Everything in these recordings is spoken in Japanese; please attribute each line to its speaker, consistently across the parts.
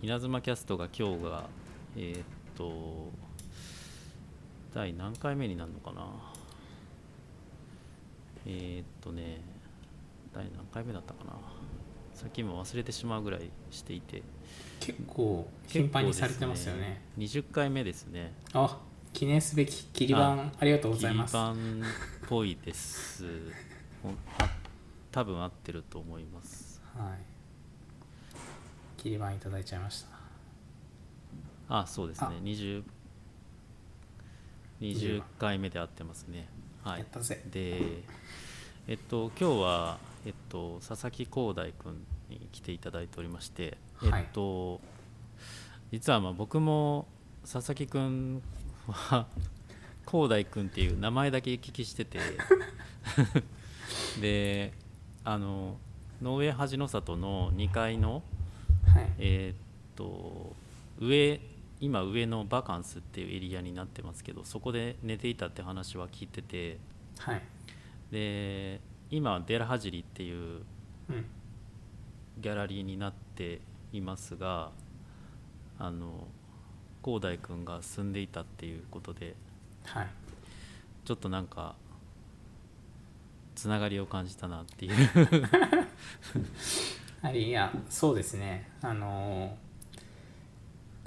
Speaker 1: 稲妻キャストが今日がえーっと第何回目になるのかなえーっとね第何回目だったかなさっき今忘れてしまうぐらいしていて
Speaker 2: 結構頻繁にされてますよね
Speaker 1: 結構ですね20回目ですね
Speaker 2: あ記念すべき切り板ありがとうございます
Speaker 1: 切り板っぽいですほんあ多分合ってると思います
Speaker 2: はい切り板いただいちゃいました
Speaker 1: あそうですね
Speaker 2: あ
Speaker 1: 20, 20回目で合ってますねは
Speaker 2: や
Speaker 1: い
Speaker 2: ったぜ
Speaker 1: でえっと今日は、えっと、佐々木光大君に来ていただいておりまして、
Speaker 2: はい
Speaker 1: えっと実はまあ僕も佐々木君は光大君っていう名前だけ聞きして てであの農園恥の里の2階の
Speaker 2: はい
Speaker 1: えーっと上今上のバカンスっていうエリアになってますけどそこで寝ていたって話は聞いてて
Speaker 2: はい
Speaker 1: で今デラハジリっていう
Speaker 2: うん
Speaker 1: ギャラリーになっていますがあの光大君が住んでいたっていうことで
Speaker 2: はい
Speaker 1: ちょっとなんかつながりを感じたなっていう
Speaker 2: あれいやそうですねあのー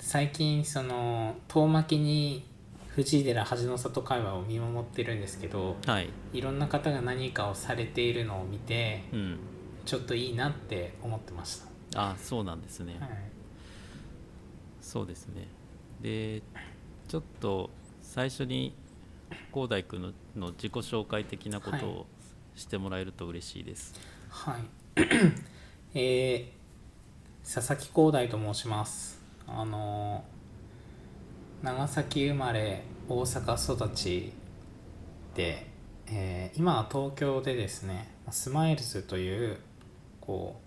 Speaker 2: 最近その遠巻きに藤井寺恥の里会話を見守ってるんですけど
Speaker 1: はい、
Speaker 2: いろんな方が何かをされているのを見て
Speaker 1: うん、
Speaker 2: ちょっといいなって思ってまし
Speaker 1: あそうなんですね、
Speaker 2: た、はい、
Speaker 1: そうですねでちょっと最初に広大君のの自己紹介的なこと
Speaker 2: は
Speaker 1: をしてもらえると嬉しいです
Speaker 2: はい。えー佐々木光大と申します。あのー長崎生まれ、大阪育ちで、えー今は東京でですね、スマイルズという、こ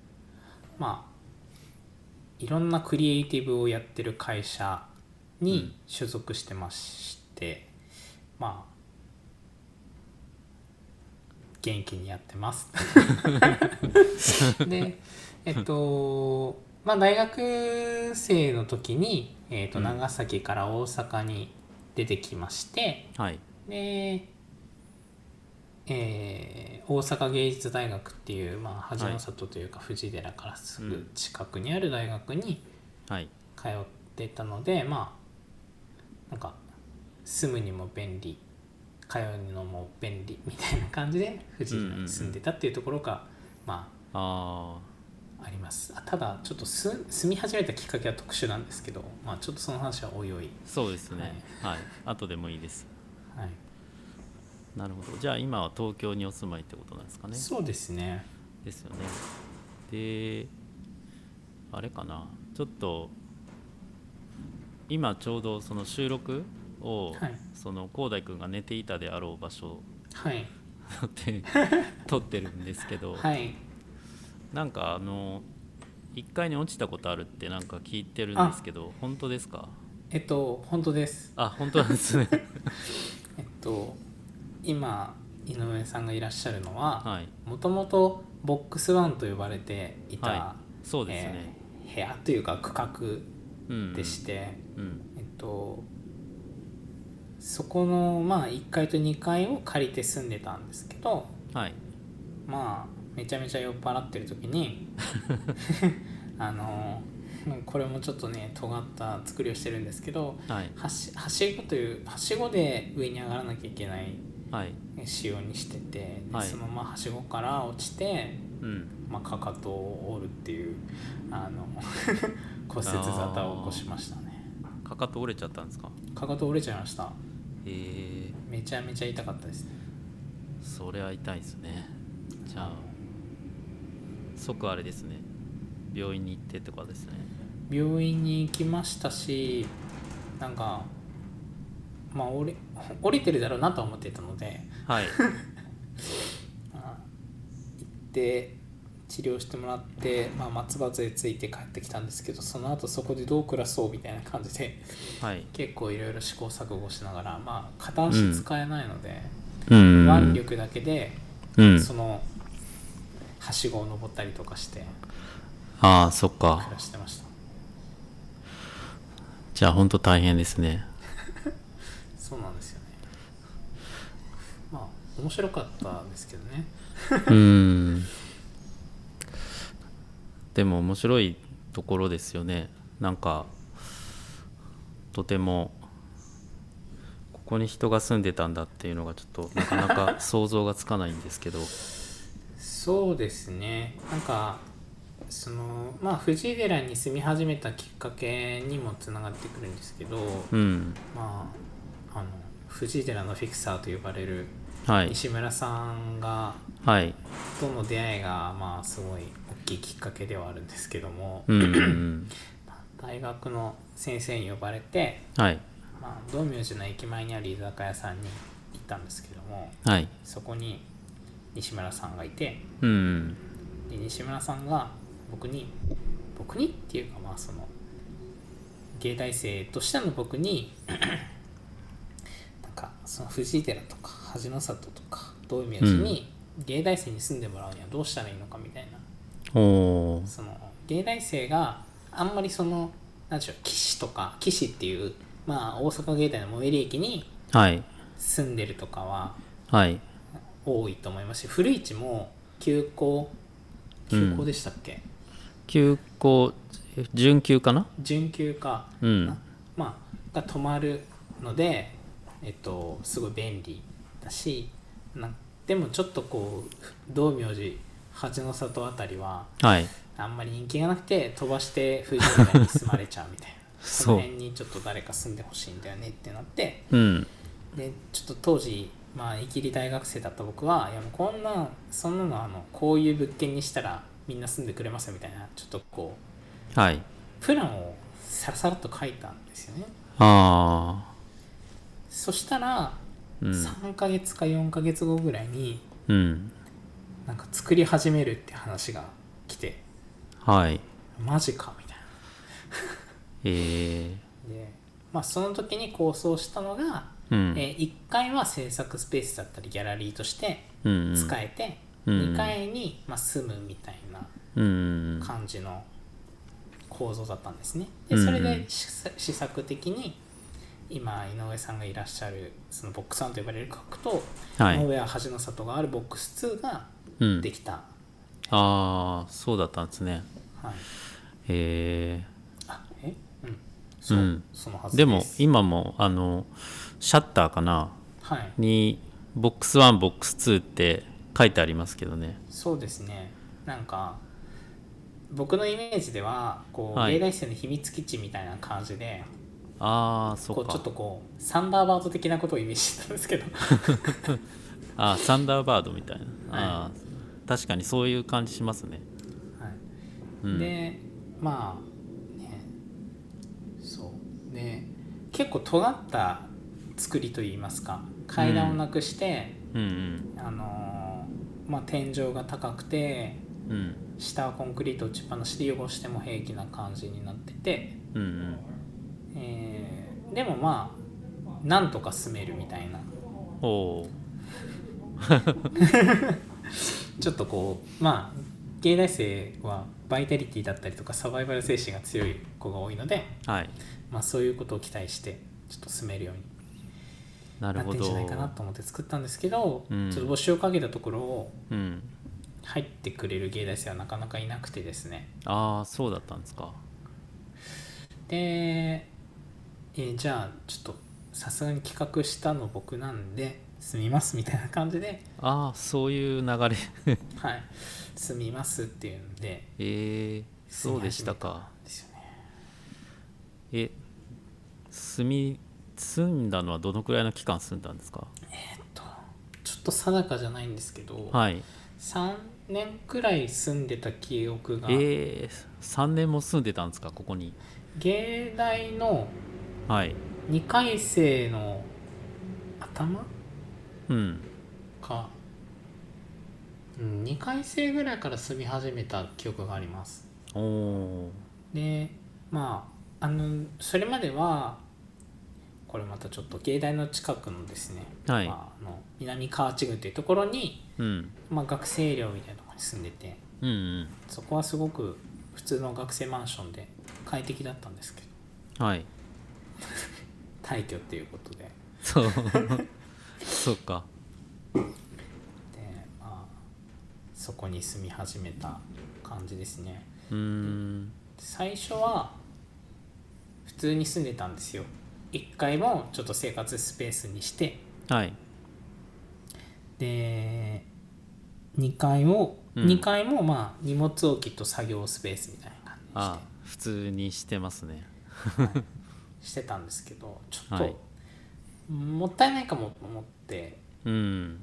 Speaker 2: う、まあ、いろんなクリエイティブをやってる会社
Speaker 1: うん
Speaker 2: に所属してまして、まあ、元気にやって ます。 でえっとまあ大学生の時に、えっと
Speaker 1: うん
Speaker 2: 長崎から大阪に出てきまして
Speaker 1: はい
Speaker 2: で、えー大阪芸術大学っていう、まあ、恥の里というか藤寺からすぐ近くにある大学に
Speaker 1: はい
Speaker 2: 通ってたので、まあなんか住むにも便利通うのも便利みたいな感じで藤寺に住んでたっていうところが、ま
Speaker 1: あ
Speaker 2: あありますあただちょっとす住み始めたきっかけは特殊なんですけど、まあ、ちょっとその話はおいおい、
Speaker 1: ーそうですねはい、後でもいいです
Speaker 2: はい
Speaker 1: なるほどじゃあ今は東京にお住まいってことなんですかね
Speaker 2: そうですね
Speaker 1: ですよねであれかなちょっと今ちょうどその収録を、
Speaker 2: はい
Speaker 1: その広大君が寝ていたであろう場所
Speaker 2: はい
Speaker 1: って 撮ってるんですけど、
Speaker 2: はい
Speaker 1: なんかあの1階に落ちたことあるってなんか聞いてるんですけど本当ですか
Speaker 2: えっと本当です
Speaker 1: あ本当なんです ね
Speaker 2: えっと今井上さんがいらっしゃるのは
Speaker 1: はい
Speaker 2: もともとボックスワンと呼ばれていた、
Speaker 1: はそうですね、
Speaker 2: えー部屋というか区画
Speaker 1: うん
Speaker 2: でして、
Speaker 1: うん
Speaker 2: えっとそこのまあ1階と2階を借りて住んでたんですけど
Speaker 1: はい
Speaker 2: まあめちゃめちゃ酔っ払ってる 時にあのこれもちょっとね尖った作りをしてるんですけど
Speaker 1: はい
Speaker 2: はしはしごというはしごで上に上がらなきゃいけない
Speaker 1: はい
Speaker 2: 仕様にしてて、で
Speaker 1: はい
Speaker 2: そのままはしごから落ちて、
Speaker 1: うん
Speaker 2: まあ、かかとを折るっていうあ の骨折沙汰を起こしましたね
Speaker 1: かかと折れちゃったんですか
Speaker 2: かかと折れちゃいました
Speaker 1: えー、
Speaker 2: めちゃめちゃ痛かったですね
Speaker 1: それは痛いですねじゃあ即あれですね病院に行ってとかですね
Speaker 2: 病院に行きましたしなんかまあ折れ折れてるだろうなとは思ってたので
Speaker 1: はい
Speaker 2: まあ行って治療してもらって、まあ、松葉杖ついて帰ってきたんですけどその後そこでどう暮らそうみたいな感じで
Speaker 1: はい
Speaker 2: 結構いろいろ試行錯誤しながら、まあ、片足使えないので、
Speaker 1: う
Speaker 2: 腕力だけで、
Speaker 1: うん
Speaker 2: そのはしごを登ったりとかして
Speaker 1: ああそっか
Speaker 2: 暮らしてました
Speaker 1: じゃあ本当大変ですね
Speaker 2: そうなんですよねまあ面白かったんですけどね
Speaker 1: うんでも面白いところですよねなんかとてもここに人が住んでたんだっていうのがちょっとなかなか想像がつかないんですけど
Speaker 2: そうですねなんかそのまあ藤井寺に住み始めたきっかけにもつながってくるんですけど、
Speaker 1: うん
Speaker 2: まああの藤井寺のフィクサーと呼ばれる
Speaker 1: はい
Speaker 2: 西村さんが
Speaker 1: はい
Speaker 2: との出会いがまあすごい大きいきっかけではあるんですけども、
Speaker 1: うんうんうん
Speaker 2: 大学の先生に呼ばれて、
Speaker 1: はい
Speaker 2: まあ、道明寺の駅前にある居酒屋さんに行ったんですけども
Speaker 1: はい
Speaker 2: そこに西村さんがいて
Speaker 1: うんうん
Speaker 2: で西村さんが僕に僕にっていうかまあその芸大生としての僕に なんかその藤井寺とか恥の里とか道明寺に芸大生に住んでもらうにはどうしたらいいのかみたいな
Speaker 1: おー
Speaker 2: その芸大生があんまりその何でしょう岸とか岸っていう、まあ、大阪芸大の最寄り駅に
Speaker 1: はい
Speaker 2: 住んでるとかは
Speaker 1: はい
Speaker 2: 多いと思いますし古市も休校休校でしたっけ、
Speaker 1: 休校準休かな
Speaker 2: 準休か、
Speaker 1: うん
Speaker 2: まあ、が止まるので、えっと、すごい便利だしなでもちょっとこう道明寺八の里あたりは
Speaker 1: はい
Speaker 2: あんまり人気がなくて飛ばして富士山に住まれちゃうみたいな
Speaker 1: そう
Speaker 2: その辺にちょっと誰か住んでほしいんだよねってなって
Speaker 1: うん
Speaker 2: でちょっと当時まあいきり大学生だった僕はいやもうこんなんそんなのあのこういう物件にしたらみんな住んでくれますよみたいなちょっとこう
Speaker 1: はい
Speaker 2: プランをさらさらっと書いたんですよね
Speaker 1: あ
Speaker 2: そしたら
Speaker 1: ーうん
Speaker 2: 3ヶ月か4ヶ月後ぐらいに
Speaker 1: うん
Speaker 2: なんか作り始めるって話が来て
Speaker 1: はい
Speaker 2: マジかみたいな
Speaker 1: えー、
Speaker 2: で、まあ、その時に構想したのが、
Speaker 1: うん
Speaker 2: えー1階は制作スペースだったりギャラリーとして
Speaker 1: うんうん
Speaker 2: 使えて、
Speaker 1: うん
Speaker 2: 2階に、まあ、住むみたいな
Speaker 1: うんうん
Speaker 2: 感じの構造だったんですね。
Speaker 1: う
Speaker 2: で
Speaker 1: んうん
Speaker 2: それで試試作的に今井上さんがいらっしゃるそのボックス1と呼ばれる角と、
Speaker 1: はい
Speaker 2: 井上は端の里があるボックス2が
Speaker 1: うん
Speaker 2: できた、
Speaker 1: ああそうだったんですね
Speaker 2: はい、
Speaker 1: え
Speaker 2: あえうんそう、
Speaker 1: うん
Speaker 2: そのは
Speaker 1: ー、
Speaker 2: ず
Speaker 1: でも
Speaker 2: す
Speaker 1: 今もあのシャッターかな
Speaker 2: はい
Speaker 1: にボックス1ボックス2って書いてありますけどね
Speaker 2: そうですねなんか僕のイメージではこう、
Speaker 1: はい
Speaker 2: 芸大生の秘密基地みたいな感じで
Speaker 1: ああそ
Speaker 2: こ
Speaker 1: っ
Speaker 2: うちょっ
Speaker 1: か
Speaker 2: とこうサンダーバード的なことをイメージしてたんで すけど
Speaker 1: あーサンダーバードみたいな、あー確かにそういう感じしますね
Speaker 2: はい、
Speaker 1: うん
Speaker 2: でまあねそうで結構尖った作りといいますか階段をなくして、
Speaker 1: うん
Speaker 2: あのーまあ、天井が高くて
Speaker 1: うんうん
Speaker 2: 下はコンクリート打ちっぱなしで汚しても平気な感じになってて、
Speaker 1: うんうん
Speaker 2: えーでもまあなんとか住めるみたいな
Speaker 1: おお
Speaker 2: ちょっとこうまあ芸大生はバイタリティだったりとかサバイバル精神が強い子が多いので、
Speaker 1: ーはい
Speaker 2: まあ、そういうことを期待してちょっと住めるように
Speaker 1: なる
Speaker 2: なっ
Speaker 1: ほ
Speaker 2: てんじ
Speaker 1: ど
Speaker 2: ゃないかなと思って作ったんですけど、
Speaker 1: うん
Speaker 2: ちょっと募集をかけたところ
Speaker 1: うん
Speaker 2: 入ってくれる芸大生はなかなかいなくてですね
Speaker 1: ああそうだったんですか
Speaker 2: で、えーじゃあちょっとさすがに企画したの僕なんで住みますみたいな感じで
Speaker 1: ああそういう流れ
Speaker 2: はい住みますっていうんで
Speaker 1: えー、そうでしたか
Speaker 2: ですよね
Speaker 1: え住み住んだのはどのくらいの期間住んだんですか
Speaker 2: えっとちょっと定かじゃないんですけど、
Speaker 1: はい
Speaker 2: 3年くらい住んでた記憶が、
Speaker 1: えー、3年も住んでたんですかここに
Speaker 2: 芸大の
Speaker 1: はい
Speaker 2: 2回生の頭
Speaker 1: うん
Speaker 2: か、うん、2回生ぐらいから住み始めた記憶があります
Speaker 1: おお
Speaker 2: でまああのそれまではこれまたちょっと芸大の近くのですね、
Speaker 1: はい
Speaker 2: まあ、あの南河内郡というところに、
Speaker 1: うん
Speaker 2: まあ、学生寮みたいなところに住んでて
Speaker 1: うんうん
Speaker 2: そこはすごく普通の学生マンションで快適だったんですけど
Speaker 1: はい
Speaker 2: 退去っていうことでで、
Speaker 1: そう そうか
Speaker 2: まあ、そこに住み始めた感じですね
Speaker 1: うーん
Speaker 2: 最初は普通に住んでたんですよ1階もちょっと生活スペースにして
Speaker 1: はい
Speaker 2: で2階も、
Speaker 1: うん
Speaker 2: 2階もまあ荷物置きと作業スペースみたいな感
Speaker 1: あ普通にしてますね
Speaker 2: じにしてしてたんですけどちょっと、
Speaker 1: はい
Speaker 2: もったいないかもと思って
Speaker 1: うん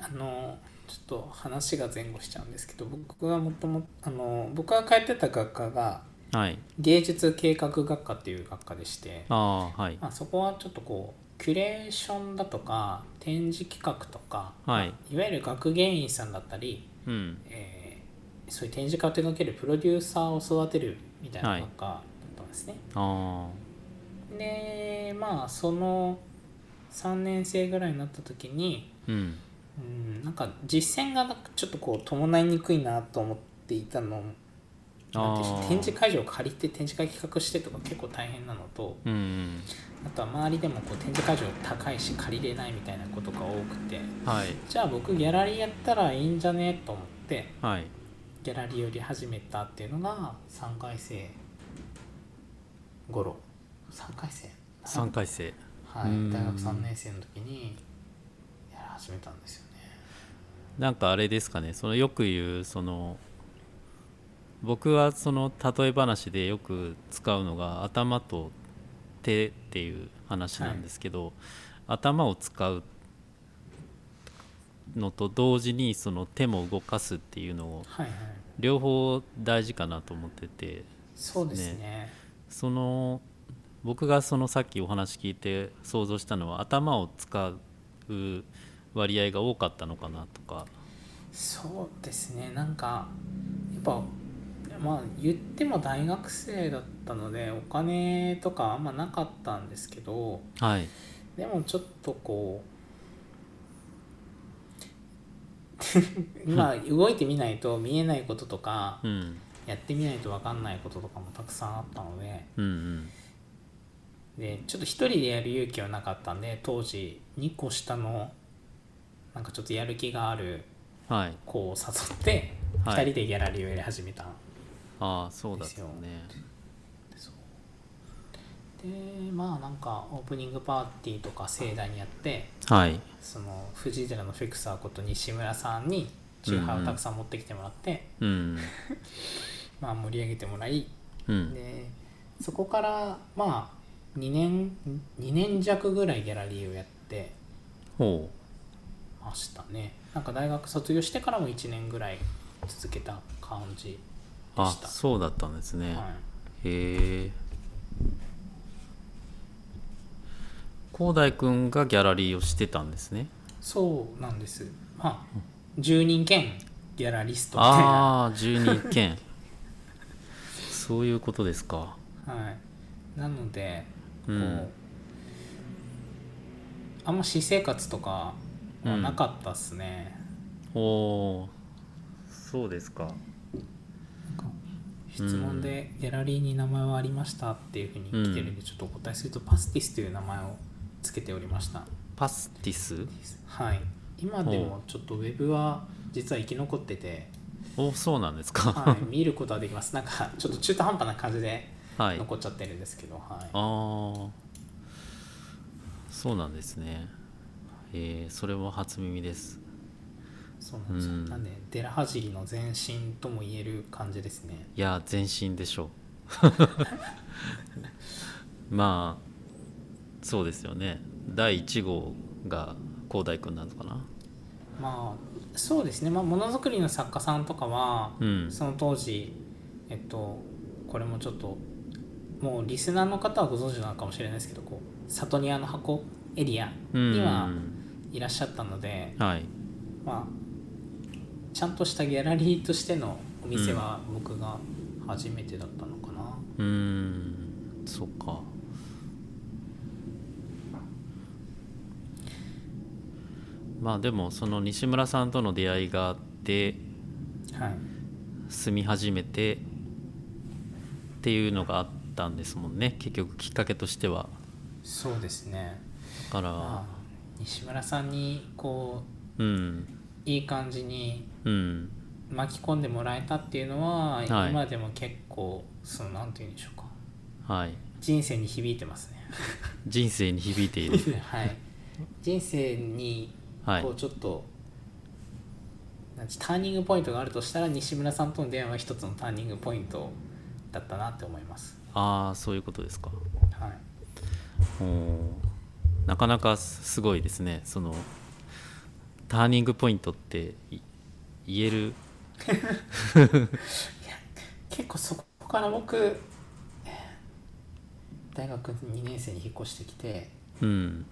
Speaker 2: あのちょっと話が前後しちゃうんですけど僕がもともあの僕が通ってた学科が
Speaker 1: はい
Speaker 2: 芸術計画学科っていう学科でして
Speaker 1: ああはい
Speaker 2: まあ、そこはちょっとこうキュレーションだとか展示企画とか
Speaker 1: はい
Speaker 2: いわゆる学芸員さんだったり、
Speaker 1: うん
Speaker 2: えーそういう展示家を手掛けるプロデューサーを育てるみたいな学科だったんですね。
Speaker 1: あ
Speaker 2: でまあその3年生ぐらいになった時に
Speaker 1: あうん
Speaker 2: うんなんか実践がなんかちょっとこう伴いにくいなと思っていたのなんていう
Speaker 1: あ
Speaker 2: し
Speaker 1: ー
Speaker 2: 展示会場を借りて展示会企画してとか結構大変なのと。
Speaker 1: うんうん
Speaker 2: あとは周りでもこう展示会場高いし借りれないみたいなことが多くて
Speaker 1: はい
Speaker 2: じゃあ僕ギャラリーやったらいいんじゃねと思って
Speaker 1: はい
Speaker 2: ギャラリーより始めたっていうのが3回生頃3回生
Speaker 1: 3回生
Speaker 2: は
Speaker 1: うん
Speaker 2: い大学3年生の時にやら始めたんですよね
Speaker 1: なんかあれですかねそのよく言うその僕はその例え話でよく使うのが頭と手っていう話なんですけど、頭を使うのと同時にその手も動かすっていうのを
Speaker 2: はいはい
Speaker 1: 両方大事かなと思ってて
Speaker 2: そうですね
Speaker 1: その僕がそのさっきお話聞いて想像したのは頭を使う割合が多かったのかなとか。
Speaker 2: そうですねなんかやっぱまあ言っても大学生だったのでお金とかあんまなかったんですけど
Speaker 1: はい、
Speaker 2: でもちょっとこうまあ動いてみないと見えないこととか
Speaker 1: うん
Speaker 2: やってみないと分かんないこととかもたくさんあったので
Speaker 1: うんうん
Speaker 2: でちょっと一人でやる勇気はなかったんで当時2個下のなんかちょっとやる気がある
Speaker 1: はい
Speaker 2: 子を誘って
Speaker 1: はい
Speaker 2: 2人でギャラリーをやり始めた、
Speaker 1: ああそうだったね
Speaker 2: でまあなんかオープニングパーティーとか盛大にやって
Speaker 1: はい
Speaker 2: その藤井寺のフィクサーこと西村さんにチューハイをたくさん持ってきてもらって、
Speaker 1: うん
Speaker 2: まあ、盛り上げてもらい
Speaker 1: うん
Speaker 2: でそこからまあ2年2年弱ぐらいギャラリーをやって
Speaker 1: ほ
Speaker 2: ましたねなんか大学卒業してからも1年ぐらい続けた感じ
Speaker 1: う
Speaker 2: で
Speaker 1: あ
Speaker 2: した
Speaker 1: そうだったんですね、
Speaker 2: はい
Speaker 1: へえ広大くんがギャラリーをしてたんですね
Speaker 2: そうなんですまあ住人兼ギャラリストみたいな、
Speaker 1: ああ12件そういうことですか
Speaker 2: はい、なのでこう、
Speaker 1: うん
Speaker 2: あんま私生活とかはなかったっすね、
Speaker 1: おおそうですか
Speaker 2: 質問で「ギャラリーに名前はありました」っていうふうに来てるんでちょっとお答えすると「パスティス」という名前をつけておりました
Speaker 1: パスティス
Speaker 2: はい今でもちょっとウェブは実は生き残ってて、
Speaker 1: おそうなんですか
Speaker 2: はい、見ることはできますなんかちょっと中途半端な感じで
Speaker 1: はい
Speaker 2: 残っちゃってるんですけど、はい、
Speaker 1: ああそうなんですねえー、それも初耳です
Speaker 2: そうなんですよ、
Speaker 1: うん
Speaker 2: なんでデラハジリの前身とも言える感じですね
Speaker 1: いや全身でしょう まあそうですよね第1号が広大くんなのかな
Speaker 2: まあそうですねまあものづくりの作家さんとかは、
Speaker 1: うん
Speaker 2: その当時えっとこれもちょっともうリスナーの方はご存知なのかもしれないですけどこうサトニアの箱エリア
Speaker 1: うん
Speaker 2: にはいらっしゃったので、
Speaker 1: はい
Speaker 2: まあちゃんとしたギャラリーとしてのお店は僕が初めてだったのかな、
Speaker 1: うーんそっかまあでもその西村さんとの出会いがあって
Speaker 2: はい
Speaker 1: 住み始めてっていうのがあったんですもんね結局きっかけとしては
Speaker 2: そうですね
Speaker 1: だから
Speaker 2: まあ西村さんにこ
Speaker 1: うん
Speaker 2: ういい感じに
Speaker 1: うん
Speaker 2: 巻き込んでもらえたっていうのは、
Speaker 1: い
Speaker 2: 今でも結構そのなんて言うんでしょうか
Speaker 1: はい
Speaker 2: 人生に響いてますね
Speaker 1: 人生に響いてい る
Speaker 2: はい人生に
Speaker 1: はい
Speaker 2: こうちょっと、なんてターニングポイントがあるとしたら西村さんとの出会いは一つのターニングポイントだったなって思います
Speaker 1: ああそういうことですか
Speaker 2: はい
Speaker 1: おーなかなかすすごいですねそのターニングポイントってい言える
Speaker 2: 結構そこから僕大学2年生に引っ越してきて
Speaker 1: うん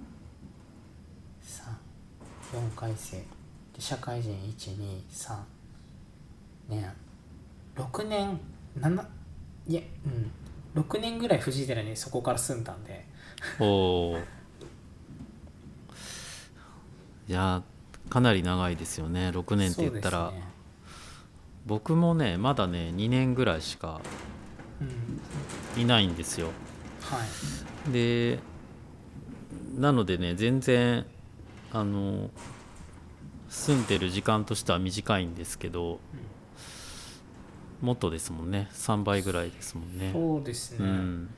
Speaker 2: 34回生で社会人123年6年7いやうん6年ぐらい藤井寺にそこから住んだんで
Speaker 1: おおいやかなり長いですよね6年って言ったら、
Speaker 2: そうですね
Speaker 1: 僕もねまだね2年ぐらいしか
Speaker 2: うん
Speaker 1: いないんですよ
Speaker 2: はい
Speaker 1: でなのでね全然あの住んでる時間としては短いんですけど、もっとですもんね3倍ぐらいですもんね
Speaker 2: そうですね、
Speaker 1: うん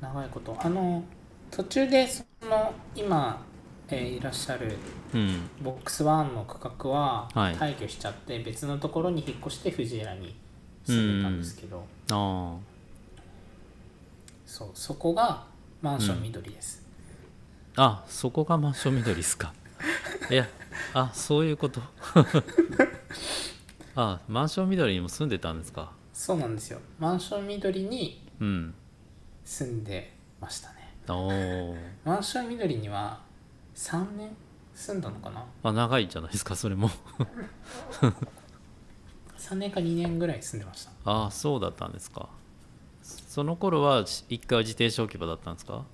Speaker 2: 長いことあの途中でその今、えーいらっしゃる
Speaker 1: うん
Speaker 2: ボックスワンの区画は
Speaker 1: はい
Speaker 2: 退去しちゃって別のところに引っ越して藤枝に住んでたんですけど、
Speaker 1: あ
Speaker 2: そうそこがマンション緑です、
Speaker 1: ああそこがマンション緑です かいやあそういうこと あマンション緑にも住んでたんですか
Speaker 2: そうなんですよマンション緑に
Speaker 1: うん
Speaker 2: 住んでましたね
Speaker 1: おお
Speaker 2: マンション緑には3年住んだのかな
Speaker 1: あ長いじゃないですかそれ も
Speaker 2: 3年か2年ぐらい住んでました
Speaker 1: ああそうだったんですかその頃はし一回は自転車置き場だったんですか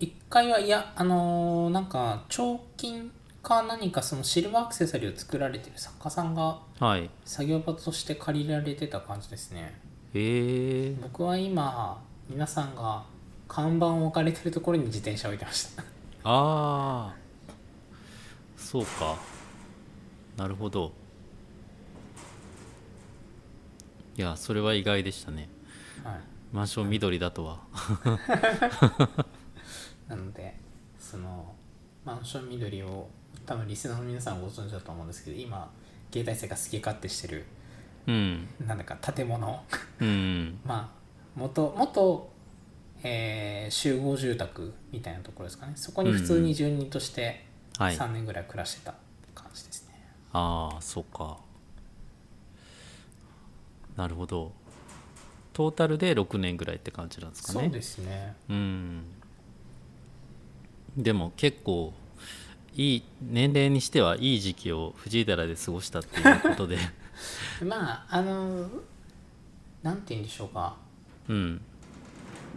Speaker 2: 1階はいやあのーなんか彫金か何かそのシルバーアクセサリーを作られてる作家さんが
Speaker 1: はい
Speaker 2: 作業場として借りられてた感じですね
Speaker 1: へえ
Speaker 2: 僕は今皆さんが看板を置かれてるところに自転車を置いてました
Speaker 1: ああそうかなるほどいやそれは意外でしたね
Speaker 2: はい
Speaker 1: マンション緑だとは
Speaker 2: なのでそのマンション緑を多分リスナーの皆さんご存知だと思うんですけど今芸大生が好き勝手してる
Speaker 1: うん
Speaker 2: なんだか建物
Speaker 1: うん
Speaker 2: まあ元元、えー集合住宅みたいなところですかねそこに普通に住人として
Speaker 1: はい
Speaker 2: 3年ぐらい暮らしてた感じですね、
Speaker 1: ああそうかなるほどトータルで6年ぐらいって感じなんですかね
Speaker 2: そうですね
Speaker 1: うんでも結構いい年齢にしてはいい時期を藤井寺で過ごしたっていうこと で
Speaker 2: まああのなんて言うんでしょうか
Speaker 1: うん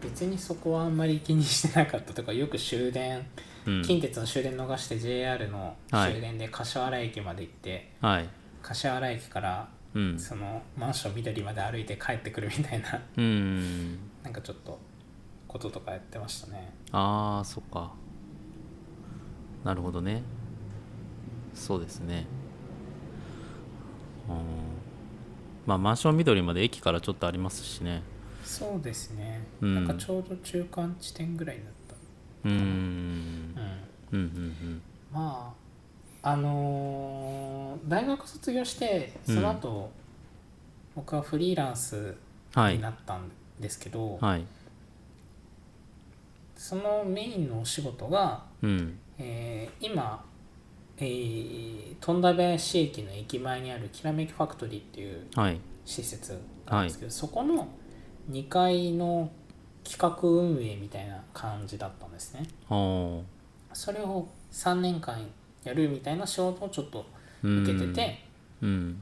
Speaker 2: 別にそこはあんまり気にしてなかったとかよく終電、
Speaker 1: うん
Speaker 2: 近鉄の終電逃して JR の
Speaker 1: はい
Speaker 2: 終電で柏原駅まで行って、
Speaker 1: はい
Speaker 2: 柏原駅から
Speaker 1: うん
Speaker 2: そのマンション緑まで歩いて帰ってくるみたいな
Speaker 1: うん
Speaker 2: なんかちょっとこととかやってましたね
Speaker 1: ああそっかなるほどねそうですねうんまあマンション緑まで駅からちょっとありますしね
Speaker 2: そうですね、
Speaker 1: うん
Speaker 2: なんかちょうど中間地点ぐらいだっ
Speaker 1: うーん
Speaker 2: た、うん、
Speaker 1: うんうんうん
Speaker 2: まああのー大学卒業してその後、僕はフリーランス
Speaker 1: は
Speaker 2: に
Speaker 1: い
Speaker 2: なったんですけど、
Speaker 1: はい
Speaker 2: そのメインのお仕事が、
Speaker 1: うん
Speaker 2: えー今、えー富田林駅の駅前にあるきらめきファクトリーっていう
Speaker 1: はい
Speaker 2: 施設なんですけど、そこの2階の企画運営みたいな感じだったんですね
Speaker 1: おー
Speaker 2: それを3年間やるみたいな仕事をちょっと受けてて、
Speaker 1: うん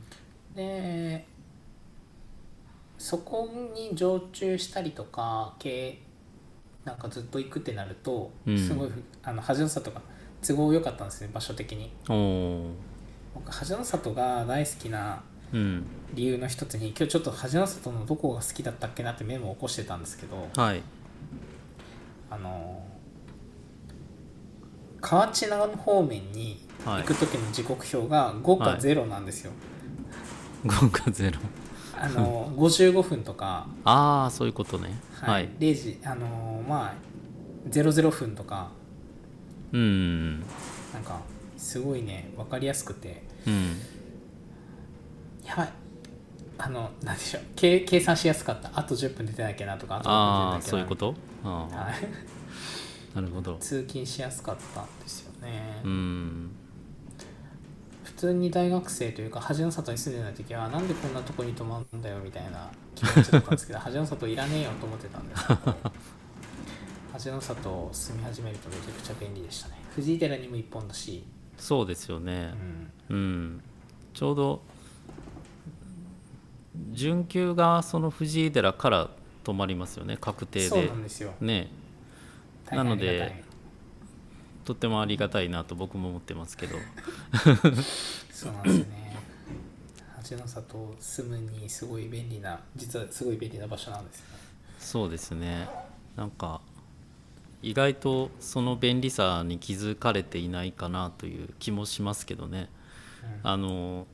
Speaker 2: でそこに常駐したりとか系なんかずっと行くってなると、
Speaker 1: うん
Speaker 2: すごいあの恥の里が都合良かったんですね場所的に
Speaker 1: おー
Speaker 2: 僕恥の里が大好きな
Speaker 1: うん
Speaker 2: 理由の一つに今日ちょっと恥の里の どこが好きだったっけなってメモを起こしてたんですけど
Speaker 1: はい
Speaker 2: あの河内長野方面に
Speaker 1: は
Speaker 2: 行
Speaker 1: い
Speaker 2: く時の時刻表が5か
Speaker 1: はい
Speaker 2: 0なんですよ、
Speaker 1: 5か0
Speaker 2: あの55分 とか、
Speaker 1: ああそういうことね
Speaker 2: は
Speaker 1: はいい、
Speaker 2: 0時あのまあ00分とか
Speaker 1: うん
Speaker 2: なんかすごいね分かりやすくて
Speaker 1: うん
Speaker 2: やばいあのなんでしょう計計算しやすかったあと10分で出なきゃなとかあと
Speaker 1: ああ
Speaker 2: 5
Speaker 1: そういうこ
Speaker 2: 分で出なき
Speaker 1: とあ
Speaker 2: ゃな
Speaker 1: あ、
Speaker 2: はい、
Speaker 1: なるほど
Speaker 2: 通勤しやすかったんですよね、
Speaker 1: うん
Speaker 2: 普通に大学生というか恥の里に住んでない時はなんでこんなとこに泊まるんだよみたいな気持ちだったんで すけど恥の里いらねえよと思ってたんですけど恥の里住み始めるとめちゃくちゃ便利でしたね藤井寺にも一本だし、
Speaker 1: そうですよ
Speaker 2: う
Speaker 1: ね
Speaker 2: ん、
Speaker 1: うんちょうど準急がその藤井寺から泊まりますよね確定
Speaker 2: そう
Speaker 1: で
Speaker 2: なんですよ
Speaker 1: ね
Speaker 2: 大
Speaker 1: な
Speaker 2: 変ありがたい
Speaker 1: のでとってもありがたいなと僕も思ってますけど
Speaker 2: そうなんですよね恥の里住むにすごい便利な実はすごい便利な場所なんですよね
Speaker 1: そうですねなんか意外とその便利さに気づかれていないかなという気もしますけどね
Speaker 2: うん
Speaker 1: あの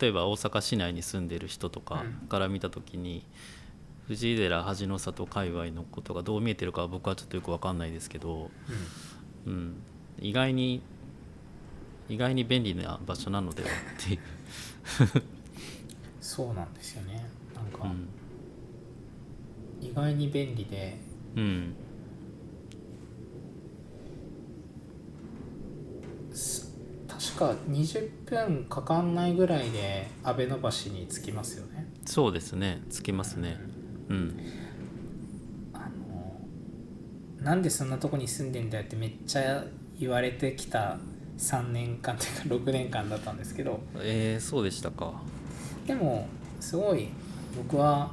Speaker 1: 例えば大阪市内に住んでる人とか
Speaker 2: うん
Speaker 1: から見た時に、藤井寺恥の里界隈のことがどう見えてるかは僕はちょっとよく分かんないですけど、
Speaker 2: うん
Speaker 1: うん、意外に意外に便利な場所なのでは っていう、
Speaker 2: そうなんですよねなん
Speaker 1: う
Speaker 2: か
Speaker 1: ん
Speaker 2: 意外に便利で
Speaker 1: うん、
Speaker 2: 確か20分かかんないぐらいで阿部の橋に着きますよね
Speaker 1: そうですねつけますね、うん、
Speaker 2: あのなんでそんなとこに住んでんだよってめっちゃ言われてきた3年間というか6年間だったんですけど
Speaker 1: えー、そうでしたか
Speaker 2: でもすごい僕は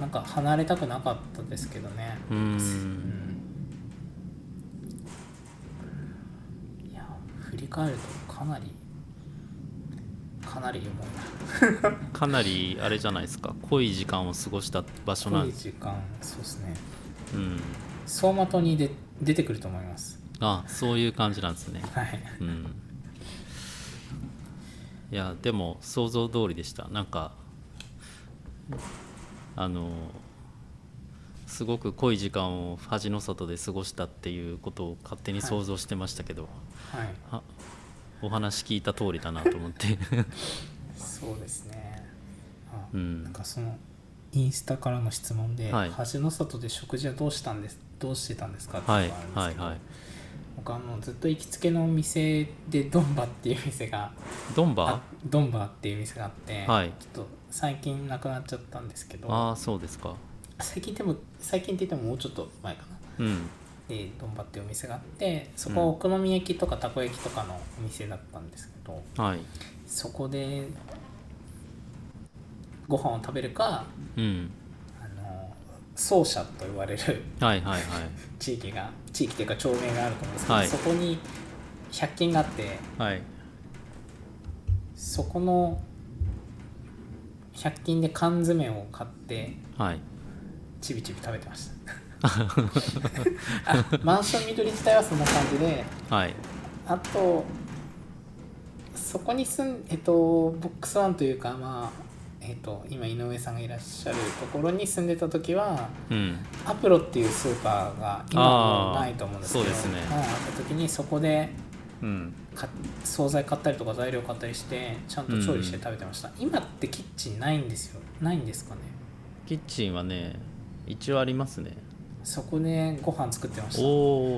Speaker 2: なんか離れたくなかったですけどね
Speaker 1: うー
Speaker 2: うんんいや振り返るとかなりかなり重いな
Speaker 1: かなりあれじゃないですか濃い時間を過ごした場所なん
Speaker 2: い
Speaker 1: で
Speaker 2: い時間そうですね
Speaker 1: うん、
Speaker 2: 走馬灯にで出てくると思います
Speaker 1: あそういう感じなんですね
Speaker 2: はい
Speaker 1: うんいやでも想像通りでしたなんかあのすごく濃い時間を恥の里で過ごしたっていうことを勝手に想像してましたけど、
Speaker 2: はい
Speaker 1: あお話聞いた通りだなと思って
Speaker 2: そうですねあ、
Speaker 1: うん
Speaker 2: なんかそのインスタからの質問で「
Speaker 1: はい
Speaker 2: 橋の里で食事はどうしたんですどうしてたんですか?」って
Speaker 1: は
Speaker 2: いう
Speaker 1: い
Speaker 2: のがあるんです
Speaker 1: はい
Speaker 2: けど、
Speaker 1: はい
Speaker 2: 僕あのずっと行きつけのお店でドンバっていう店が
Speaker 1: ドンバ
Speaker 2: あドンバっていう店があって、
Speaker 1: はい
Speaker 2: ちょっと最近なくなっちゃったんですけ
Speaker 1: あ
Speaker 2: ど
Speaker 1: あそうですか
Speaker 2: 最近でも最近って言ってももうちょっと前かな
Speaker 1: うん
Speaker 2: でドンバっていうお店があってそこはお好み焼きとかたこ焼きとかのお店だったんですけど、
Speaker 1: はい
Speaker 2: そこでご飯を食べるか
Speaker 1: うん
Speaker 2: あの奏者と呼ばれる
Speaker 1: はいはいはい
Speaker 2: 地域が地域というか町名があると思うんですけど、
Speaker 1: はい
Speaker 2: そこに100均があって
Speaker 1: はい
Speaker 2: そこの100均で缶詰を買って
Speaker 1: はい
Speaker 2: ちびちび食べてました あマンション緑自体はそんな感じで
Speaker 1: はい
Speaker 2: あとそこに住んえっとボックスワンというかまあえっと今井上さんがいらっしゃるところに住んでた時は
Speaker 1: うん
Speaker 2: アプロっていうスーパーが今はも
Speaker 1: あ
Speaker 2: う
Speaker 1: ー
Speaker 2: ないと思うんですけど
Speaker 1: そうですね
Speaker 2: うんあった時にそこで
Speaker 1: うん
Speaker 2: か惣菜買ったりとか材料買ったりしてちゃんと調理して食べてました、今ってキッチンないんですよないんですかね
Speaker 1: キッチンはね一応ありますね
Speaker 2: そこでご飯作ってまし
Speaker 1: お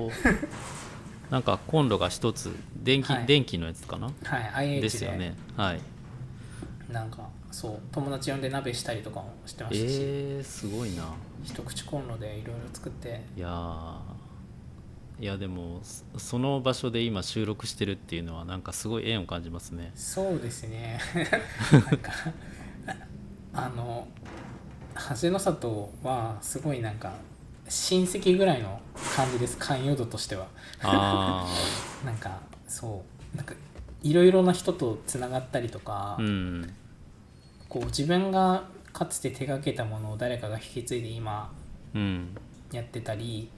Speaker 1: おなんかコンロが一つ電気、
Speaker 2: はい
Speaker 1: 電気のやつかな
Speaker 2: たはい
Speaker 1: で
Speaker 2: IH
Speaker 1: す
Speaker 2: で
Speaker 1: よねはい
Speaker 2: なんかそう友達呼んで鍋したりとかもしてましたし、
Speaker 1: えー、すごいな
Speaker 2: 一口コンロでいろいろ作って
Speaker 1: いやーいやでもそその場所で今収録してるっていうのはなんかすごい縁を感じますね
Speaker 2: そうです ねなんかあの橋の里はすごいなんか親戚ぐらいの感じです寛容度としては
Speaker 1: あ
Speaker 2: なんかそうなんかいろいろな人とつながったりとか、
Speaker 1: あ うん
Speaker 2: こう自分がかつて手がけたものを誰かが引き継いで今
Speaker 1: うん
Speaker 2: やってたり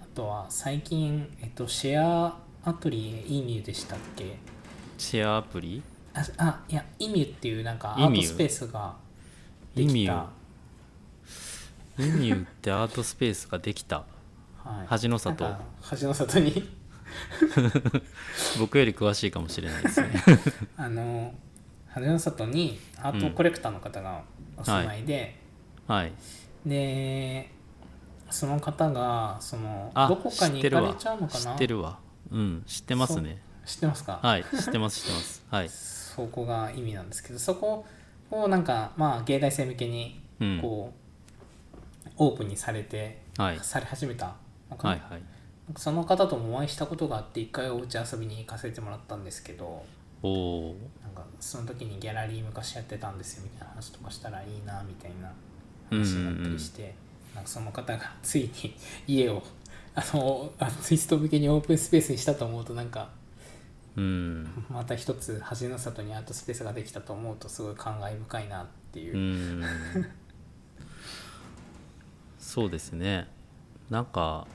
Speaker 2: あトは最近、えっと、シェアアプリいいミューでしたっけ
Speaker 1: シェアアプリ
Speaker 2: ああいやイミュっていうなんかア
Speaker 1: イ
Speaker 2: ー
Speaker 1: ミュ
Speaker 2: トスペースがで
Speaker 1: イ
Speaker 2: き
Speaker 1: ミ
Speaker 2: た
Speaker 1: ュイミュってアートスペースができた
Speaker 2: はい、
Speaker 1: 恥の里
Speaker 2: なんか恥の里 に
Speaker 1: 僕より詳しいかもしれないです ね
Speaker 2: あの恥の里にアートコレクターの方がお住まいで、
Speaker 1: はい
Speaker 2: でその方がその
Speaker 1: あ
Speaker 2: どこか
Speaker 1: 知
Speaker 2: に
Speaker 1: ってる
Speaker 2: 行か
Speaker 1: わ
Speaker 2: れちゃうのか
Speaker 1: 知
Speaker 2: な
Speaker 1: ってるわうん知ってますね
Speaker 2: 知ってますか、
Speaker 1: はい知ってます知ってますはい
Speaker 2: そこが意味なんですけどそこをなんかまあ芸大生向けに
Speaker 1: うん
Speaker 2: こう、オープンにされて、
Speaker 1: はい
Speaker 2: され始めたのかな
Speaker 1: はいはい
Speaker 2: その方ともお会いしたことがあって一回お家遊びに行かせてもらったんですけど
Speaker 1: おおー
Speaker 2: なんかその時にギャラリー昔やってたんですよみたいな話とかしたらいいなみたいな
Speaker 1: うんうん
Speaker 2: 話になったりして、なんかその方がついに家をあのあツイスト向けにオープンスペースにしたと思うとなんか
Speaker 1: うん
Speaker 2: また一つ恥の里にアートスペースができたと思うとすごい感慨深いなっていうう、
Speaker 1: んそうですねなんか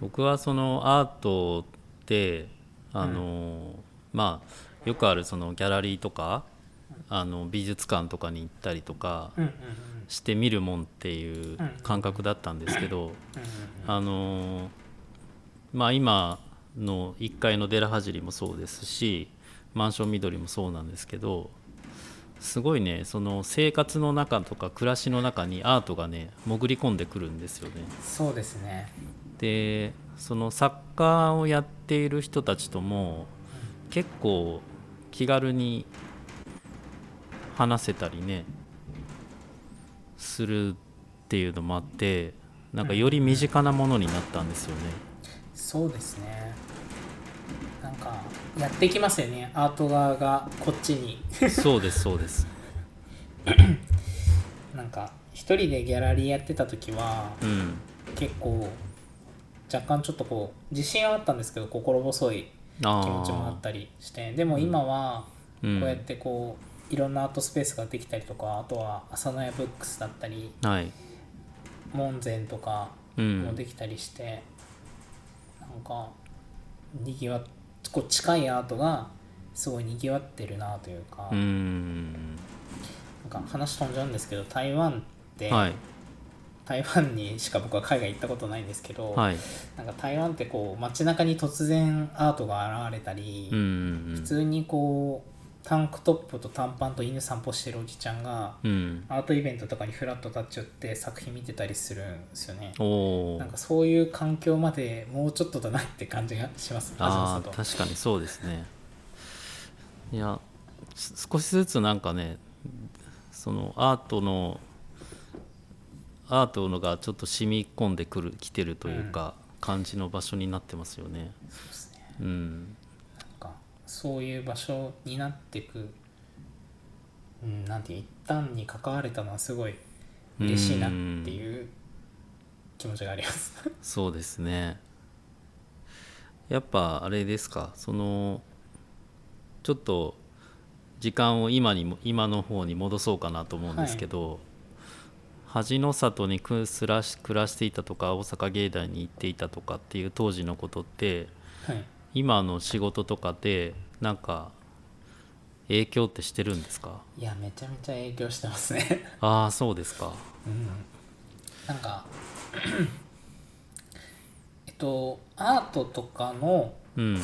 Speaker 1: 僕はそのアートってあの、まあよくあるそのギャラリーとかあの美術館とかに行ったりとか
Speaker 2: うんうんうん
Speaker 1: して見るもんっていう
Speaker 2: うん
Speaker 1: 感覚だったんですけど、
Speaker 2: うん
Speaker 1: あのまあ今の1階のデラハジリもそうですしマンション緑もそうなんですけどすごいねその生活の中とか暮らしの中にアートがね潜り込んでくるんですよね。
Speaker 2: そうですね
Speaker 1: でその作家をやっている人たちとも結構気軽に話せたりねするっていうのもあってなんかより身近なものになったんですよね。
Speaker 2: そうですねなんかやってきますよねアート側がこっちに
Speaker 1: そうですそうです。
Speaker 2: なんか一人でギャラリーやってた時は
Speaker 1: うん
Speaker 2: 結構若干ちょっとこう自信はあったんですけど心細い
Speaker 1: あー
Speaker 2: 気持ちもあったりしてでも今はこ
Speaker 1: うん
Speaker 2: うやってこういろんなアートスペースができたりとかあとは朝のやブックスだったり
Speaker 1: はい。
Speaker 2: 門前とか
Speaker 1: うん
Speaker 2: もできたりして、なんかにぎわこう近いアートがすごいにぎわってるなというか,、
Speaker 1: うーん
Speaker 2: なんか話飛んじゃうんですけど台湾って、
Speaker 1: はい
Speaker 2: 台湾にしか僕は海外行ったことないんですけど、
Speaker 1: はい。
Speaker 2: なんか台湾ってこう街中に突然アートが現れたり、
Speaker 1: うんうん
Speaker 2: 普通にこうタンクトップと短パンと犬散歩してるおじちゃんが
Speaker 1: うんうん。
Speaker 2: アートイベントとかにフラッと立っちゃって作品見てたりするんですよね。
Speaker 1: おお
Speaker 2: なん。かそういう環境までもうちょっとだなって感じがします。
Speaker 1: あ
Speaker 2: 東
Speaker 1: あ
Speaker 2: さんと
Speaker 1: 確かにそうですねいやす少しずつなんかねそのアートのアートのがちょっと染み込んでくる来てるというか、感じの場所になってますよね
Speaker 2: そうですね
Speaker 1: うん
Speaker 2: なんかそういう場所になっていく、うん、なんていう一旦に関われたのはすごい嬉しいなっていう気持ちがあります。
Speaker 1: そうですねやっぱあれですかそのちょっと時間を今にも今の方に戻そうかなと思うんですけど、恥の里に暮らし暮らしていたとか大阪芸大に行っていたとかっていう当時のことって
Speaker 2: はい
Speaker 1: 今の仕事とかでなんか影響ってしてるんですか
Speaker 2: いやめちゃめちゃ影響してますね
Speaker 1: ああそうですか
Speaker 2: うんなんか えっとアートとかの
Speaker 1: うん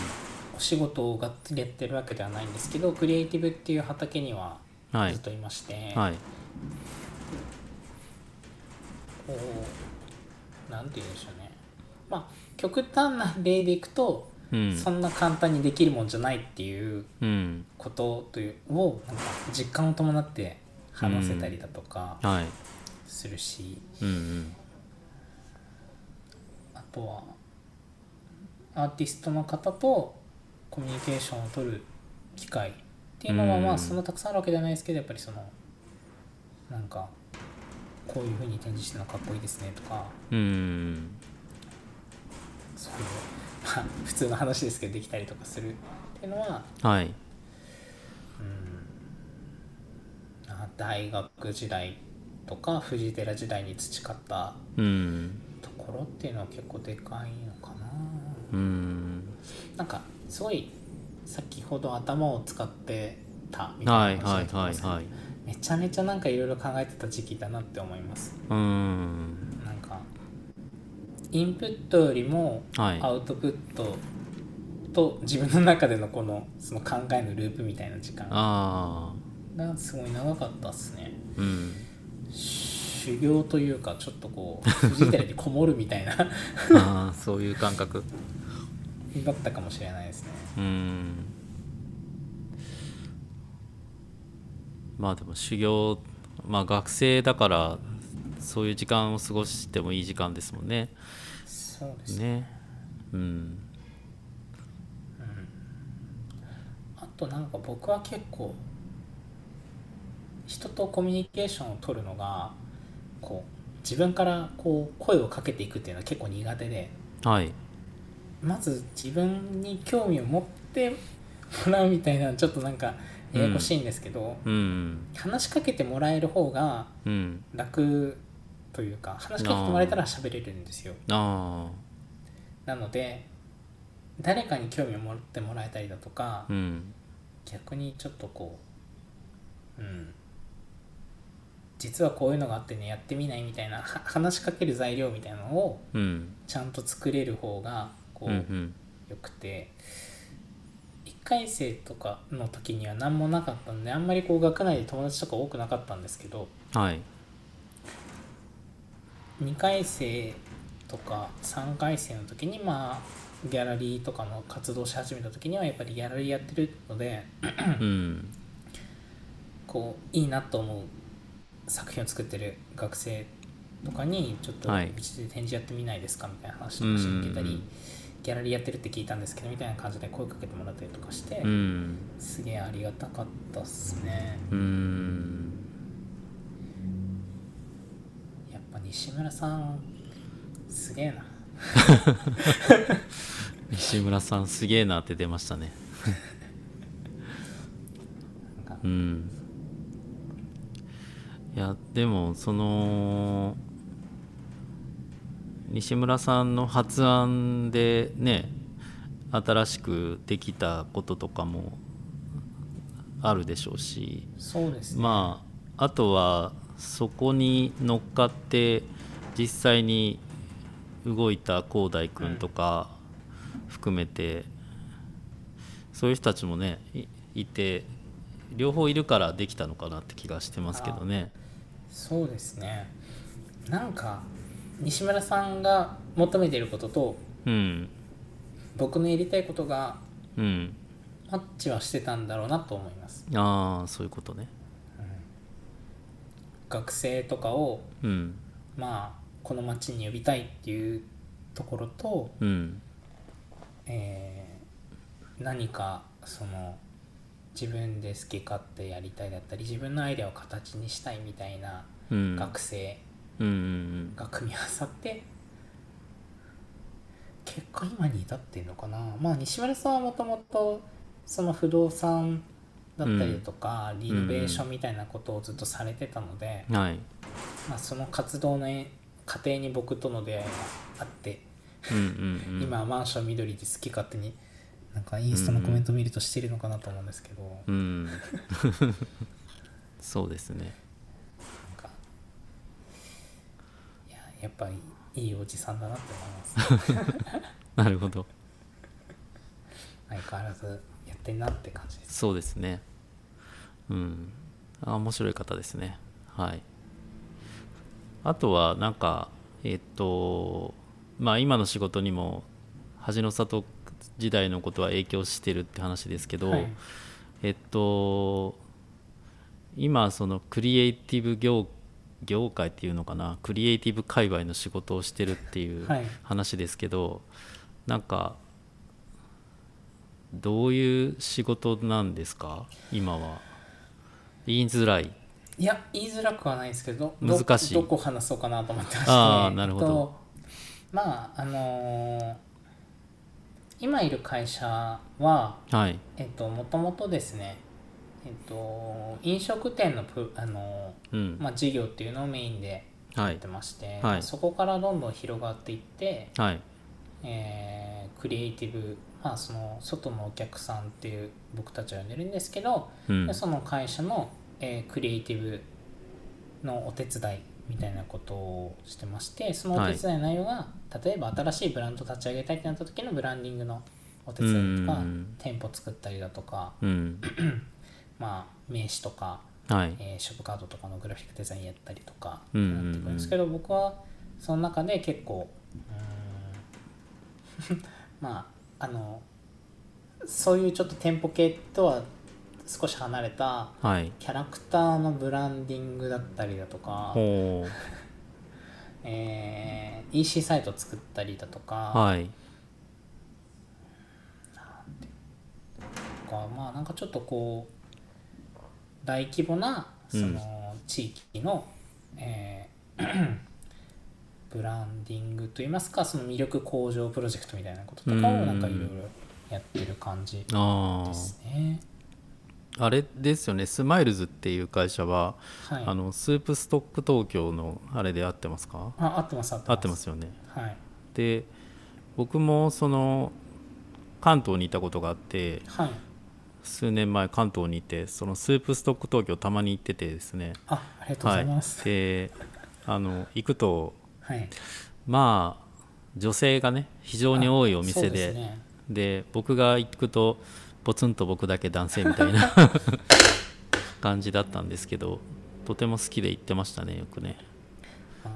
Speaker 2: お仕事をがっつりやってるわけではないんですけどクリエイティブっていう畑には
Speaker 1: はい
Speaker 2: ずっといまして、
Speaker 1: はい
Speaker 2: こうなんて言うんでしょうねまあ極端な例でいくと、
Speaker 1: うん
Speaker 2: そんな簡単にできるもんじゃないっていう
Speaker 1: うん
Speaker 2: ことというをなんか実感を伴って話せたりだとか
Speaker 1: はい
Speaker 2: するし、
Speaker 1: うんうん
Speaker 2: あとはアーティストの方とコミュニケーションを取る機会っていうのは
Speaker 1: うん
Speaker 2: まあそんなたくさんあるわけじゃないですけどやっぱりそのなんかこういうふうに展示してるのかっこいいですねとか
Speaker 1: うん
Speaker 2: そういうまあ普通の話ですけどできたりとかするっていうのは、
Speaker 1: はい
Speaker 2: うん、あ大学時代とか藤井寺時代に培った
Speaker 1: うん
Speaker 2: ところっていうのは結構でかいのかな
Speaker 1: うん
Speaker 2: なんかすごい先ほど頭を使ってたみたいな
Speaker 1: は
Speaker 2: 話
Speaker 1: い
Speaker 2: だと思
Speaker 1: は
Speaker 2: う
Speaker 1: い
Speaker 2: んですけど
Speaker 1: はいはい
Speaker 2: めちゃめちゃなんかいろいろ考えてた時期だなって思います
Speaker 1: うん
Speaker 2: なんかインプットよりも
Speaker 1: はい
Speaker 2: アウトプットと自分の中でのこのその考えのループみたいな時間
Speaker 1: ああ
Speaker 2: がすごい長かったっすね
Speaker 1: うん
Speaker 2: 修行というかちょっとこうフジテレビにこもるみたいなだ
Speaker 1: ああ そういう感覚
Speaker 2: ったかもしれないですね
Speaker 1: うんまあでも修行まあ学生だからそういう時間を過ごしてもいい時間ですもんね
Speaker 2: そうですね
Speaker 1: ねうん
Speaker 2: あとなんか僕は結構人とコミュニケーションを取るのがこう自分からこう声をかけていくっていうのは結構苦手で
Speaker 1: はい
Speaker 2: まず自分に興味を持ってもらうみたいなちょっとなんかややこしいんですけど、
Speaker 1: うん
Speaker 2: 話しかけてもらえる方が
Speaker 1: うん
Speaker 2: 楽というか話しかけてもらえたら喋れるんですよ
Speaker 1: あ
Speaker 2: なので誰かに興味を持ってもらえたりだと
Speaker 1: あ
Speaker 2: か、
Speaker 1: うん
Speaker 2: 逆にちょっとこううん実はこういうのがあってねやってみないみたいなは話しかける材料みたいなのを
Speaker 1: うん
Speaker 2: ちゃんと作れる方がこ
Speaker 1: うんう
Speaker 2: う、良
Speaker 1: ん
Speaker 2: よくて1回生とかの時には何もなかったんであんまりこう学内で友達とか多くなかったんですけど
Speaker 1: はい
Speaker 2: 2回生とか3回生の時にまあギャラリーとかの活動し始めた時にはやっぱりギャラリーやってるので
Speaker 1: うん
Speaker 2: こういいなと思う作品を作ってる学生とかにちょっとう
Speaker 1: はい
Speaker 2: ちで展示やってみないですかみたいな話とかしていけたり、
Speaker 1: うんうんうん
Speaker 2: ギャラリーやってるって聞いたんですけどみたいな感じで声かけてもらったりとかして、
Speaker 1: うん
Speaker 2: すげえありがたかったっすね
Speaker 1: うん
Speaker 2: やっぱ西村さんすげえな
Speaker 1: 西村さんすげえなって出ましたね
Speaker 2: なんか
Speaker 1: うんいやでもその西村さんの発案でね新しくできたこととかもあるでしょうし
Speaker 2: そうですね、
Speaker 1: まああとはそこに乗っかって実際に動いた広大君とか含めて、そういう人たちもねいいて両方いるからできたのかなって気がしてますけどね。
Speaker 2: そうですねなんか西村さんが求めていることと
Speaker 1: うん
Speaker 2: 僕のやりたいことが
Speaker 1: うん
Speaker 2: マッチはしてたんだろうなと思います
Speaker 1: ああそういうことね。
Speaker 2: 学生とかを
Speaker 1: うん
Speaker 2: まあこの町に呼びたいっていうところと、
Speaker 1: うん
Speaker 2: えー何かその自分で好き勝手やりたいだったり自分のアイデアを形にしたいみたいな
Speaker 1: うん
Speaker 2: 学生
Speaker 1: うんうん
Speaker 2: が組み合わさって結果今に至ってるのかなまあ西村さんはもともとその不動産だったりとか、リノベーションみたいなことをずっとされてたので、
Speaker 1: うんはい。
Speaker 2: まあ、その活動の過程に僕との出会いがあって、
Speaker 1: うんうんうん、
Speaker 2: 今はマンション緑で好き勝手になんかインスタのコメント見るとしてるのかなと思うんですけど、
Speaker 1: うん そうですね。
Speaker 2: なんかいややっぱりいいおじさんだなって思います
Speaker 1: なるほど。
Speaker 2: 相変わらずやってんなって感じです
Speaker 1: そうですね。うん。あ面白い方ですね。はい。あとは、なんか、えっと、まあ、今の仕事にも、恥の里時代のことは影響してるって話ですけど、
Speaker 2: はい
Speaker 1: えっと、今、そのクリエイティブ業業界っていうのかな、クリエイティブ界隈の仕事をしてるっていう
Speaker 2: はい
Speaker 1: 話ですけど、なんか、どういう仕事なんですか今は言いづらい
Speaker 2: いや言いづらくはないですけどど
Speaker 1: 難しい
Speaker 2: どこ話そうかなと思ってまして
Speaker 1: あーなるほど
Speaker 2: えっとまああのー今いる会社は
Speaker 1: はい
Speaker 2: えっと、もともとですね、えっと、飲食店のプあの、
Speaker 1: うん
Speaker 2: まあ、事業っていうのをメインでなってまして、
Speaker 1: い
Speaker 2: まあそこからどんどん広がっていって、
Speaker 1: はい
Speaker 2: えークリエイティブ、まあ、その外のお客さんっていう僕たちは呼んでるんですけど、
Speaker 1: うん
Speaker 2: でその会社の、えークリエイティブのお手伝いみたいなことをしてましてそのお手伝いの内容が、例えば新しいブランド立ち上げたいってなった時のブランディングのお手伝いとか
Speaker 1: うん
Speaker 2: 店舗作ったりだとか、
Speaker 1: うん
Speaker 2: まあ、名刺とか、
Speaker 1: はい
Speaker 2: えーショップカードとかのグラフィックデザインやったりとか
Speaker 1: うんうんうん
Speaker 2: なってくるんですけど、僕はその中で結構うーん まああのそういうちょっと店舗系とは少し離れた
Speaker 1: はい
Speaker 2: キャラクターのブランディングだったりだとか、
Speaker 1: ほ
Speaker 2: えー EC サイト作ったりだとか、
Speaker 1: うはい
Speaker 2: とかまあなんかちょっとこう大規模なその地域の、えー ブランディングといいますかその魅力向上プロジェクトみたいなこととかを
Speaker 1: うん
Speaker 2: なんかいろいろやってる感じで
Speaker 1: あ
Speaker 2: すね。
Speaker 1: ああれですよねスマイルズっていう会社は、
Speaker 2: はい、
Speaker 1: あのスープストック東京のあれで合ってますか
Speaker 2: あ合ってます合って
Speaker 1: 合
Speaker 2: ます。
Speaker 1: ってますよね
Speaker 2: はい
Speaker 1: で僕もその関東にいたことがあって
Speaker 2: はい
Speaker 1: 数年前関東にいてそのスープストック東京たまに行っててですね
Speaker 2: あありがとうございます。
Speaker 1: はい、であの行くと
Speaker 2: はい、
Speaker 1: まあ女性がね非常に多いお
Speaker 2: あそ
Speaker 1: 店
Speaker 2: うで
Speaker 1: です
Speaker 2: ね
Speaker 1: で僕が行くとポツンと僕だけ男性みたい な感じだったんですけどとても好きで行ってましたねよくね
Speaker 2: あ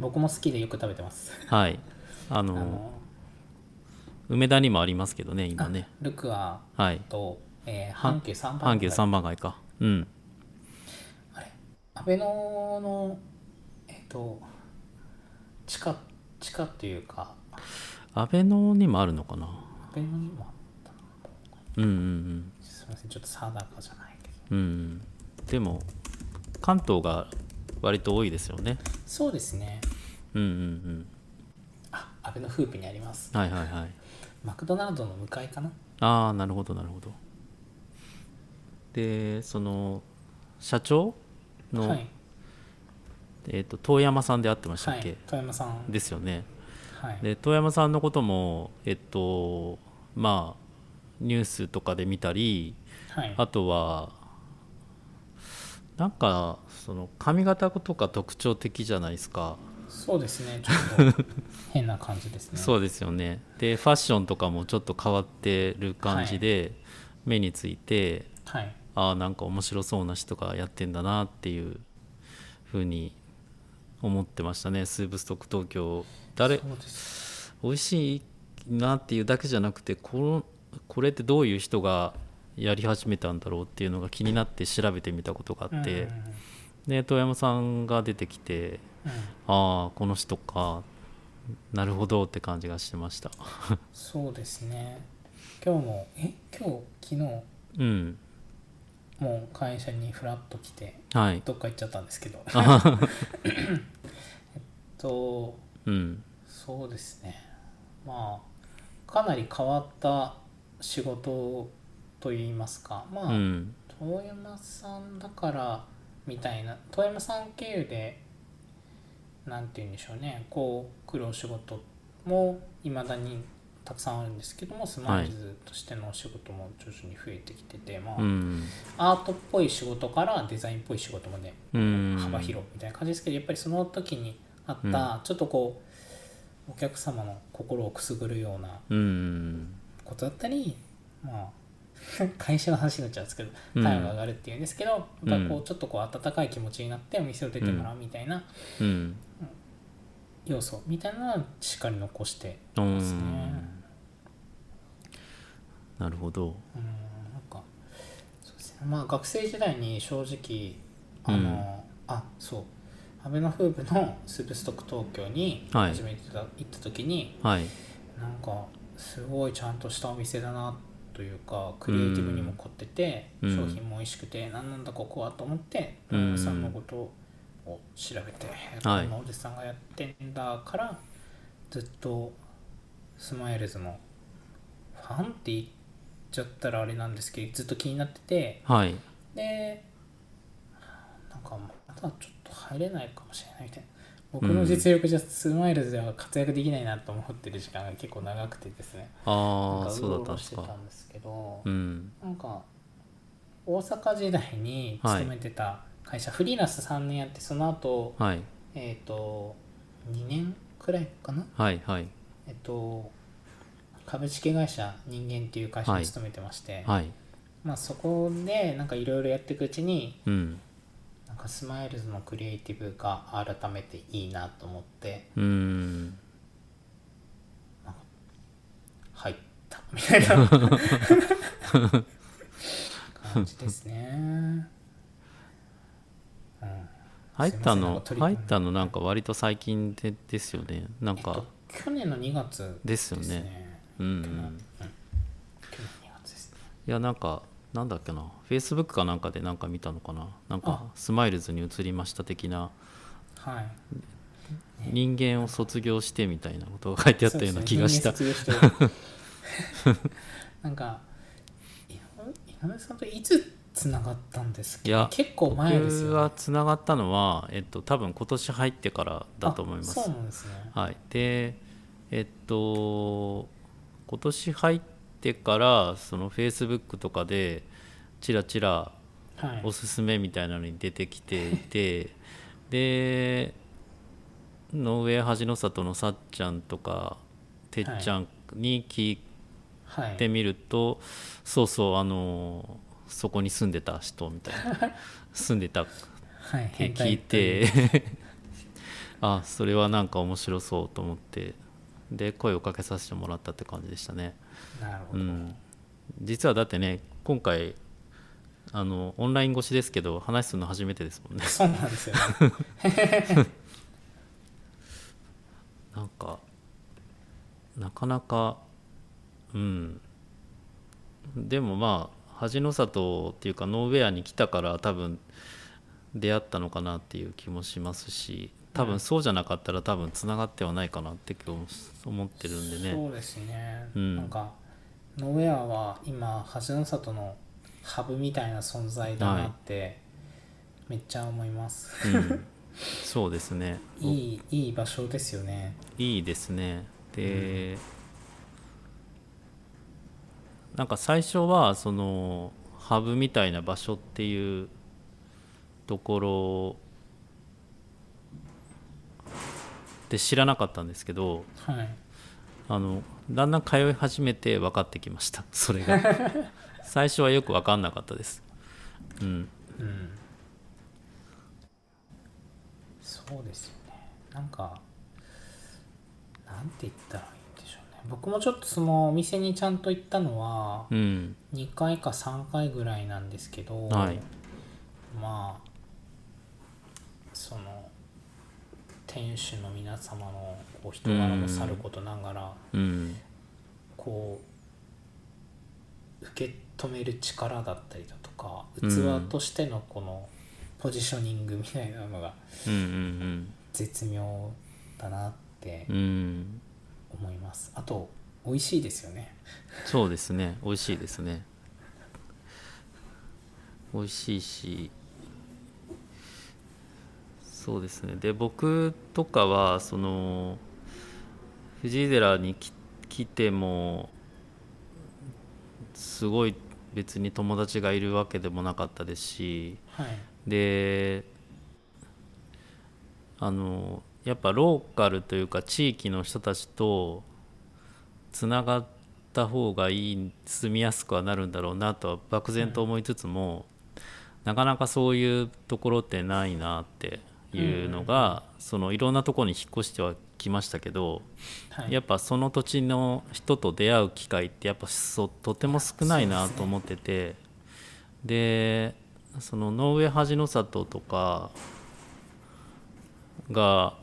Speaker 2: 僕も好きでよく食べてます。
Speaker 1: はいあの
Speaker 2: あの
Speaker 1: 梅田にもありますけどね今ね
Speaker 2: ルクア
Speaker 1: はい
Speaker 2: と、えー、
Speaker 1: は
Speaker 2: 阪急三番
Speaker 1: 阪急三番街かうん
Speaker 2: アベノのえっと地下地下というか
Speaker 1: 阿部野にもあるのかな
Speaker 2: アベノにもあったな
Speaker 1: うんうん
Speaker 2: すみませんちょっと定かじゃないけど
Speaker 1: うんうんでも関東が割と多いですよね
Speaker 2: そうですね
Speaker 1: うんうん
Speaker 2: あアベノフープにあります
Speaker 1: うんはいはいはい
Speaker 2: マクドナルドの向かいかな
Speaker 1: ああなるほどなるほどでその社長の、
Speaker 2: はい
Speaker 1: えー、と遠山さんで会ってました
Speaker 2: は
Speaker 1: っけ、
Speaker 2: い富山さん
Speaker 1: ですよね
Speaker 2: はい
Speaker 1: で遠山さんのこともえっとまあニュースとかで見たり
Speaker 2: はい
Speaker 1: あとはなんかその髪型とか特徴的じゃないですか、
Speaker 2: そうですねち ょっと変な感じですね
Speaker 1: そうですよねでファッションとかもちょっと変わってる感じで、目について
Speaker 2: はい
Speaker 1: ああなんか面白そうな人がやってんだなっていうふうに思ってましたねスープストック東京誰
Speaker 2: そうです
Speaker 1: 美味しいなっていうだけじゃなくてこのこれってどういう人がやり始めたんだろうっていうのが気になって調べてみたことがあって、
Speaker 2: うんうんうん
Speaker 1: で遠山さんが出てきて
Speaker 2: う
Speaker 1: あ
Speaker 2: ん
Speaker 1: あこの人かなるほどって感じがしてました
Speaker 2: そうですね今日もえ今日昨日
Speaker 1: うん
Speaker 2: もう会社にフラッと来て
Speaker 1: はい
Speaker 2: どっか行っちゃったんです けどえっと
Speaker 1: うん
Speaker 2: そうですねまあかなり変わった仕事といいますかまあ、
Speaker 1: うん
Speaker 2: 遠山さんだからみたいな遠山さん経由でなんて言うんでしょうねこう来るお仕事もいまだにたくさんあるんですけどもスマイルズとしてのお仕事も徐々に増えてきてて、まあ
Speaker 1: うん
Speaker 2: アートっぽい仕事からデザインっぽい仕事まで
Speaker 1: うん
Speaker 2: 幅広みたいな感じですけどやっぱりその時にあったちょっとこうお客様の心をくすぐるような
Speaker 1: うん
Speaker 2: ことだったりまあ 会社の話になっちゃうんですけど
Speaker 1: うん
Speaker 2: 単位が上がるっていうんですけど、
Speaker 1: うん
Speaker 2: やっぱりこうちょっとこう温かい気持ちになってお店を出てもらうみたいな
Speaker 1: うん
Speaker 2: 要素みたいなのはしっかり残して
Speaker 1: うー
Speaker 2: ですね
Speaker 1: んなるほど
Speaker 2: うんなんかそうですねまあ学生時代に正直あの、あそうアベノフープのスープストック東京に
Speaker 1: はい
Speaker 2: 初めて行った時に、
Speaker 1: はい
Speaker 2: なんかすごいちゃんとしたお店だなというかクリエイティブにも凝ってて、
Speaker 1: うん
Speaker 2: 商品も美味しくて何なんだここはと思って
Speaker 1: うん
Speaker 2: 旦那さんのことを調べて、
Speaker 1: はい
Speaker 2: こんなおじさんがやってんだからずっとスマイルズのファンって言っちゃったらあれなんですけどずっと気になってて
Speaker 1: はい
Speaker 2: でなんかまだちょっと入れないかもしれないみたいな僕の実力じゃツーマイルズでは活躍できないなと思ってる時間が結構長くてですね
Speaker 1: あ
Speaker 2: なん
Speaker 1: あ
Speaker 2: か
Speaker 1: そうだったん
Speaker 2: うろうろ
Speaker 1: で
Speaker 2: し
Speaker 1: す
Speaker 2: て
Speaker 1: か
Speaker 2: たんですけど、
Speaker 1: うん
Speaker 2: なんか大阪時代に勤めてた会社、フリーランス3年やってその後
Speaker 1: はい
Speaker 2: えっ、と2年くらいかな
Speaker 1: はいはい
Speaker 2: えっと株式会社人間っていう会社に勤めてまして、
Speaker 1: はい
Speaker 2: まあ、そこでなんかいろいろやっていくうちに
Speaker 1: うん
Speaker 2: なんかスマイルズのクリエイティブが改めていいなと思って
Speaker 1: うーん
Speaker 2: 入ったみたいな感じですね。うん
Speaker 1: 入った
Speaker 2: なんか
Speaker 1: の
Speaker 2: 取り組
Speaker 1: 入
Speaker 2: み
Speaker 1: ったのなんか割と最近でですよねなん
Speaker 2: えっと
Speaker 1: か、
Speaker 2: 去年の2月
Speaker 1: ですよね
Speaker 2: ですね。
Speaker 1: うんう
Speaker 2: 去年うん
Speaker 1: ん
Speaker 2: 去年の2月ですね。
Speaker 1: いやなんかなんだっけなフェイスブックかなんかでなんか見たのかななんか
Speaker 2: あ
Speaker 1: スマイルズに移りました的な
Speaker 2: はい。
Speaker 1: 人間を卒業してみたいなことが書いてあったような気がした
Speaker 2: そう ですね人間卒業してなんか井上井上さんといつつながったんですっけ
Speaker 1: い
Speaker 2: ど
Speaker 1: や
Speaker 2: 結構前です
Speaker 1: 僕
Speaker 2: よ、
Speaker 1: は
Speaker 2: ね、
Speaker 1: つながったのは、えっと、多分今年入ってからだと思いま
Speaker 2: あ
Speaker 1: す
Speaker 2: そうなんですね
Speaker 1: はい、でえっと今年入ってからそのフェイスブックとかでちらちら
Speaker 2: はい
Speaker 1: おすすめみたいなのに出てきてい てでノーウェイ恥の里のさっちゃんとかてっちゃんに聞い
Speaker 2: はい
Speaker 1: てみると、そうそうあのそこに住んでた人みたい な住んでた
Speaker 2: はい
Speaker 1: って
Speaker 2: 変
Speaker 1: 聞
Speaker 2: 態
Speaker 1: い
Speaker 2: という
Speaker 1: て あそれはなんか面白そうと思ってで声をかけさせてもらったって感じでしたね、
Speaker 2: なるほ
Speaker 1: う
Speaker 2: ど、
Speaker 1: ん、実はだってね今回あのオンライン越しですけど話すの初めてですもんね
Speaker 2: そうなんですよね
Speaker 1: なんかなかなかうんでもまあ恥の里っていうかノーウェアに来たから多分出会ったのかなっていう気もしますし多
Speaker 2: う
Speaker 1: 分
Speaker 2: ん
Speaker 1: そうじゃなかったら多分つながってはないかなって今日思ってるんでね
Speaker 2: そうですね、
Speaker 1: うん
Speaker 2: なんかノーウェアは今橋の里のハブみたいな存在だなって、めっちゃ思います
Speaker 1: うん、そうです ね
Speaker 2: いいいい場所ですよね
Speaker 1: いいですねで、なんか最初はそのハブみたいな場所っていうところで知らなかったんですけど
Speaker 2: はい
Speaker 1: あのだんだん通い始めて分かってきました それが最初はよく分かんなかったですうん
Speaker 2: うんそうですよねなんかなんて言ったらいいんでしょうね僕もちょっとそのお店にちゃんと行ったのは
Speaker 1: うん
Speaker 2: 2回か3回ぐらいなんですけど、
Speaker 1: はい
Speaker 2: まあその店主の皆様のこう人柄もさることながら、
Speaker 1: うん
Speaker 2: こう受け止める力だったりだとか
Speaker 1: うん
Speaker 2: 器としてのこのポジショニングみたいなのが
Speaker 1: うんうん
Speaker 2: 絶妙だなって
Speaker 1: うんうん
Speaker 2: 思います、あと美味しいですよね
Speaker 1: そうですね美味しいですね美味しいしそうですねで僕とかはその藤井寺にき来てもすごい別に友達がいるわけでもなかったですし
Speaker 2: はい
Speaker 1: であのやっぱローカルというか地域の人たちとつながった方がいい住みやすくはなるんだろうなとは漠然と思いつつも、なかなかそういうところってないなっていうのが、そのいろんなところに引っ越してはきましたけど、
Speaker 2: はい
Speaker 1: やっぱその土地の人と出会う機会ってやっぱそとても少ない
Speaker 2: そう
Speaker 1: な
Speaker 2: ですね
Speaker 1: と思っててで,、そのノーウェー恥の里とかが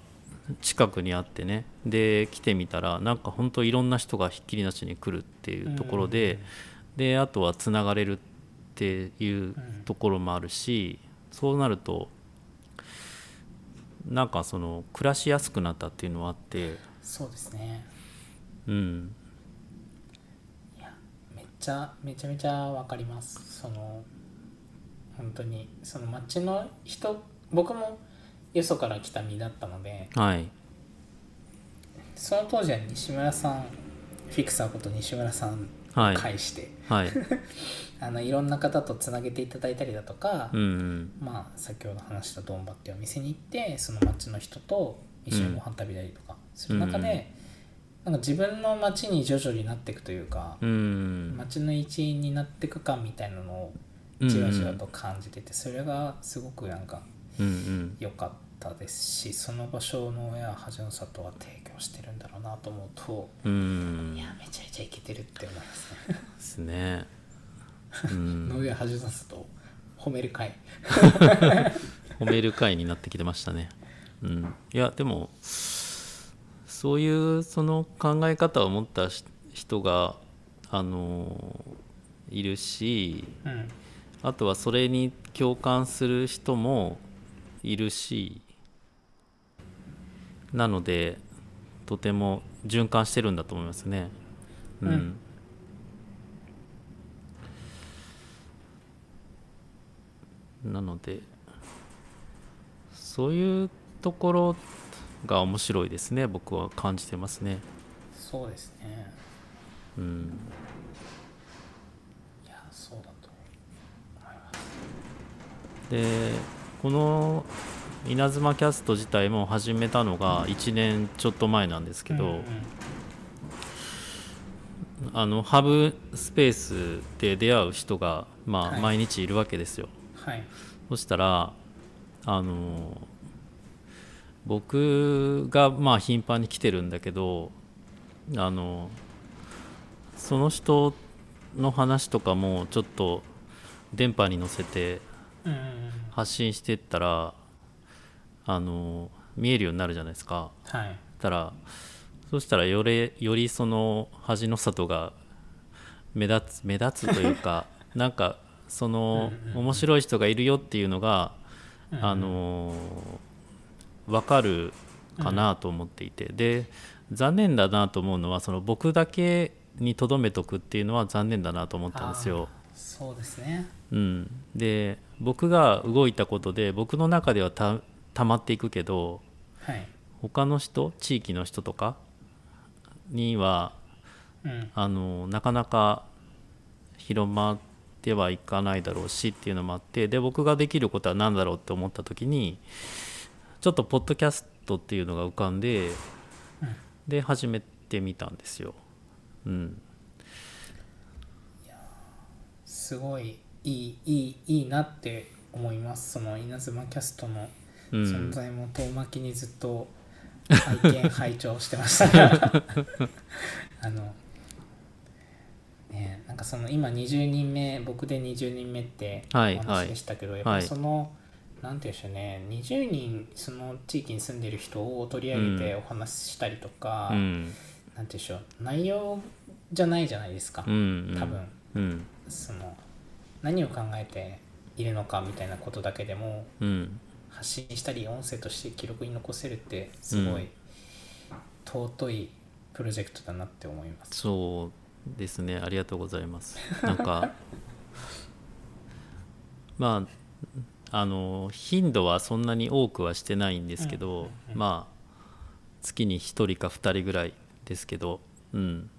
Speaker 1: 近くにあってねで来てみたらなんか本当いろんな人がひっきりなしに来るっていうところで、であとはつながれるっていうところもあるし、そうなるとなんかその暮らしやすくなったっていうのはあって。
Speaker 2: そうですね
Speaker 1: うん、
Speaker 2: いやめっちゃめちゃめちゃわかりますその本当にその町の人僕もよそから来た身だったので
Speaker 1: はい
Speaker 2: その当時は西村さんフィクサーこと西村さん
Speaker 1: はい
Speaker 2: 介して、
Speaker 1: はい
Speaker 2: あのいろんな方とつなげていただいたりだとか、
Speaker 1: うんうん
Speaker 2: まあ先ほど話したドンバっていうお店に行ってその町の人と一緒にご飯食べたりとかする中で、なんか自分の町に徐々になっていくというか、
Speaker 1: うん
Speaker 2: 町の一員になっていく感みたいなのをじわじわと感じてて、それがすごくなんか
Speaker 1: うんうん
Speaker 2: 良かったですしその場所の親は恥の里は提供してるんだろうなと思うと
Speaker 1: うん
Speaker 2: いやめちゃめちゃイケてるって思いますね。
Speaker 1: ですねうん
Speaker 2: 野上恥の里褒める会
Speaker 1: 褒める会になってきてましたね。うん、いやでもそういうその考え方を持ったし人があのいるし
Speaker 2: うん
Speaker 1: あとはそれに共感する人もいるしなのでとても循環してるんだと思いますね。う
Speaker 2: うんん、
Speaker 1: なのでそういうところが面白いですね僕は感じてますね。
Speaker 2: そうですね
Speaker 1: うん、
Speaker 2: いやそうだと
Speaker 1: でこの稲妻キャスト自体も始めたのが1年ちょっと前なんですけど。
Speaker 2: うんうん
Speaker 1: あのハブスペースで出会う人が、ま
Speaker 2: は
Speaker 1: あ、
Speaker 2: い
Speaker 1: 毎日いるわけですよ、
Speaker 2: はい
Speaker 1: そしたらあの僕がまあ頻繁に来てるんだけどあのその人の話とかもちょっと電波に乗せて
Speaker 2: うんうんうん
Speaker 1: 発信してったらあの見えるようになるじゃないですか。
Speaker 2: はい
Speaker 1: たらそしたらよりよりその恥の里が目立つ目立つというかなんかその
Speaker 2: うんうんうん
Speaker 1: 面白い人がいるよっていうのが、
Speaker 2: うんうん
Speaker 1: あの分かるかなと思っていて、で残念だなと思うのはその僕だけにとどめとくっていうのは残念だなと思ったんですよ。
Speaker 2: そうですね
Speaker 1: うん、で僕が動いたことで僕の中ではた溜まっていくけど
Speaker 2: はい
Speaker 1: 他の人地域の人とかには
Speaker 2: うん
Speaker 1: あのなかなか広まってはいかないだろうしっていうのもあってで僕ができることは何だろうって思った時にちょっとポッドキャストっていうのが浮かんで
Speaker 2: うん
Speaker 1: で始めてみたんですよ。うん、
Speaker 2: すごいいいいいいいなって思いますその稲妻キャストの
Speaker 1: うん
Speaker 2: 存在も遠巻きにずっと拝見拝聴してました あのねなんかその今20人目僕で20人目ってお
Speaker 1: はいは
Speaker 2: 話
Speaker 1: い
Speaker 2: でしたけど、やっぱ
Speaker 1: はい
Speaker 2: りその、なんて言うんでしょうね20人その地域に住んでる人を取り上げて
Speaker 1: う
Speaker 2: お話ししたりとか、
Speaker 1: うん
Speaker 2: なんて言うんでしょう内容じゃないじゃないですか、
Speaker 1: うん
Speaker 2: 多分
Speaker 1: うん
Speaker 2: その何を考えているのかみたいなことだけでも
Speaker 1: うん
Speaker 2: 発信したり音声として記録に残せるってすご
Speaker 1: う
Speaker 2: い
Speaker 1: ん
Speaker 2: 尊いプロジェクトだなって思います。
Speaker 1: そうですねありがとうございます。なんか まああの頻度はそんなに多くはしてないんですけど、
Speaker 2: うんうんうん
Speaker 1: まあ月に1人か2人ぐらいですけど、うん、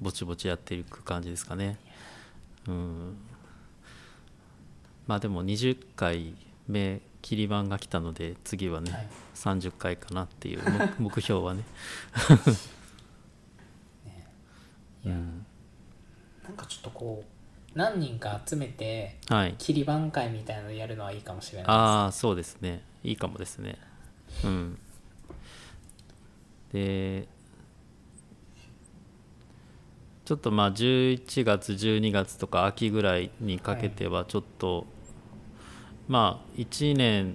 Speaker 1: ぼちぼちやっていく感じですかね。うん、まあでも20回目切り番が来たので次はね、
Speaker 2: はい
Speaker 1: 30回かなっていう目目標はね。
Speaker 2: いや
Speaker 1: うん
Speaker 2: なんかちょっとこう何人か集めて
Speaker 1: はい、
Speaker 2: 切り番会みたいなのやるのはいいかもしれな
Speaker 1: ああそうですねいいかもですねうんでちょっとまあ11月12月とか秋ぐらいにかけてはちょっと、まあ1年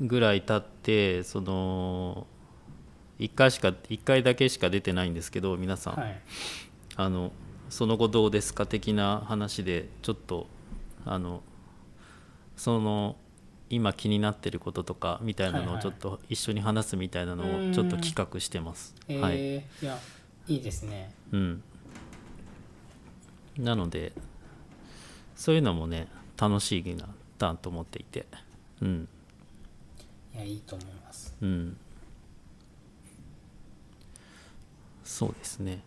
Speaker 1: ぐらい経ってその1回しか1回だけしか出てないんですけど皆さん、
Speaker 2: いです。はい、
Speaker 1: あのその後どうですか的な話でちょっとあのその今気になってることとかみたいな
Speaker 2: はい
Speaker 1: のを
Speaker 2: はい
Speaker 1: ちょっと一緒に話すみたいな
Speaker 2: う
Speaker 1: の
Speaker 2: ー
Speaker 1: を
Speaker 2: ん
Speaker 1: ちょっと企画してます。
Speaker 2: えー、
Speaker 1: はいい、
Speaker 2: やいいですね。
Speaker 1: うん、なのでそういうのもね楽しいなと思っていて、うん、
Speaker 2: いやいいと思います
Speaker 1: うんそうですね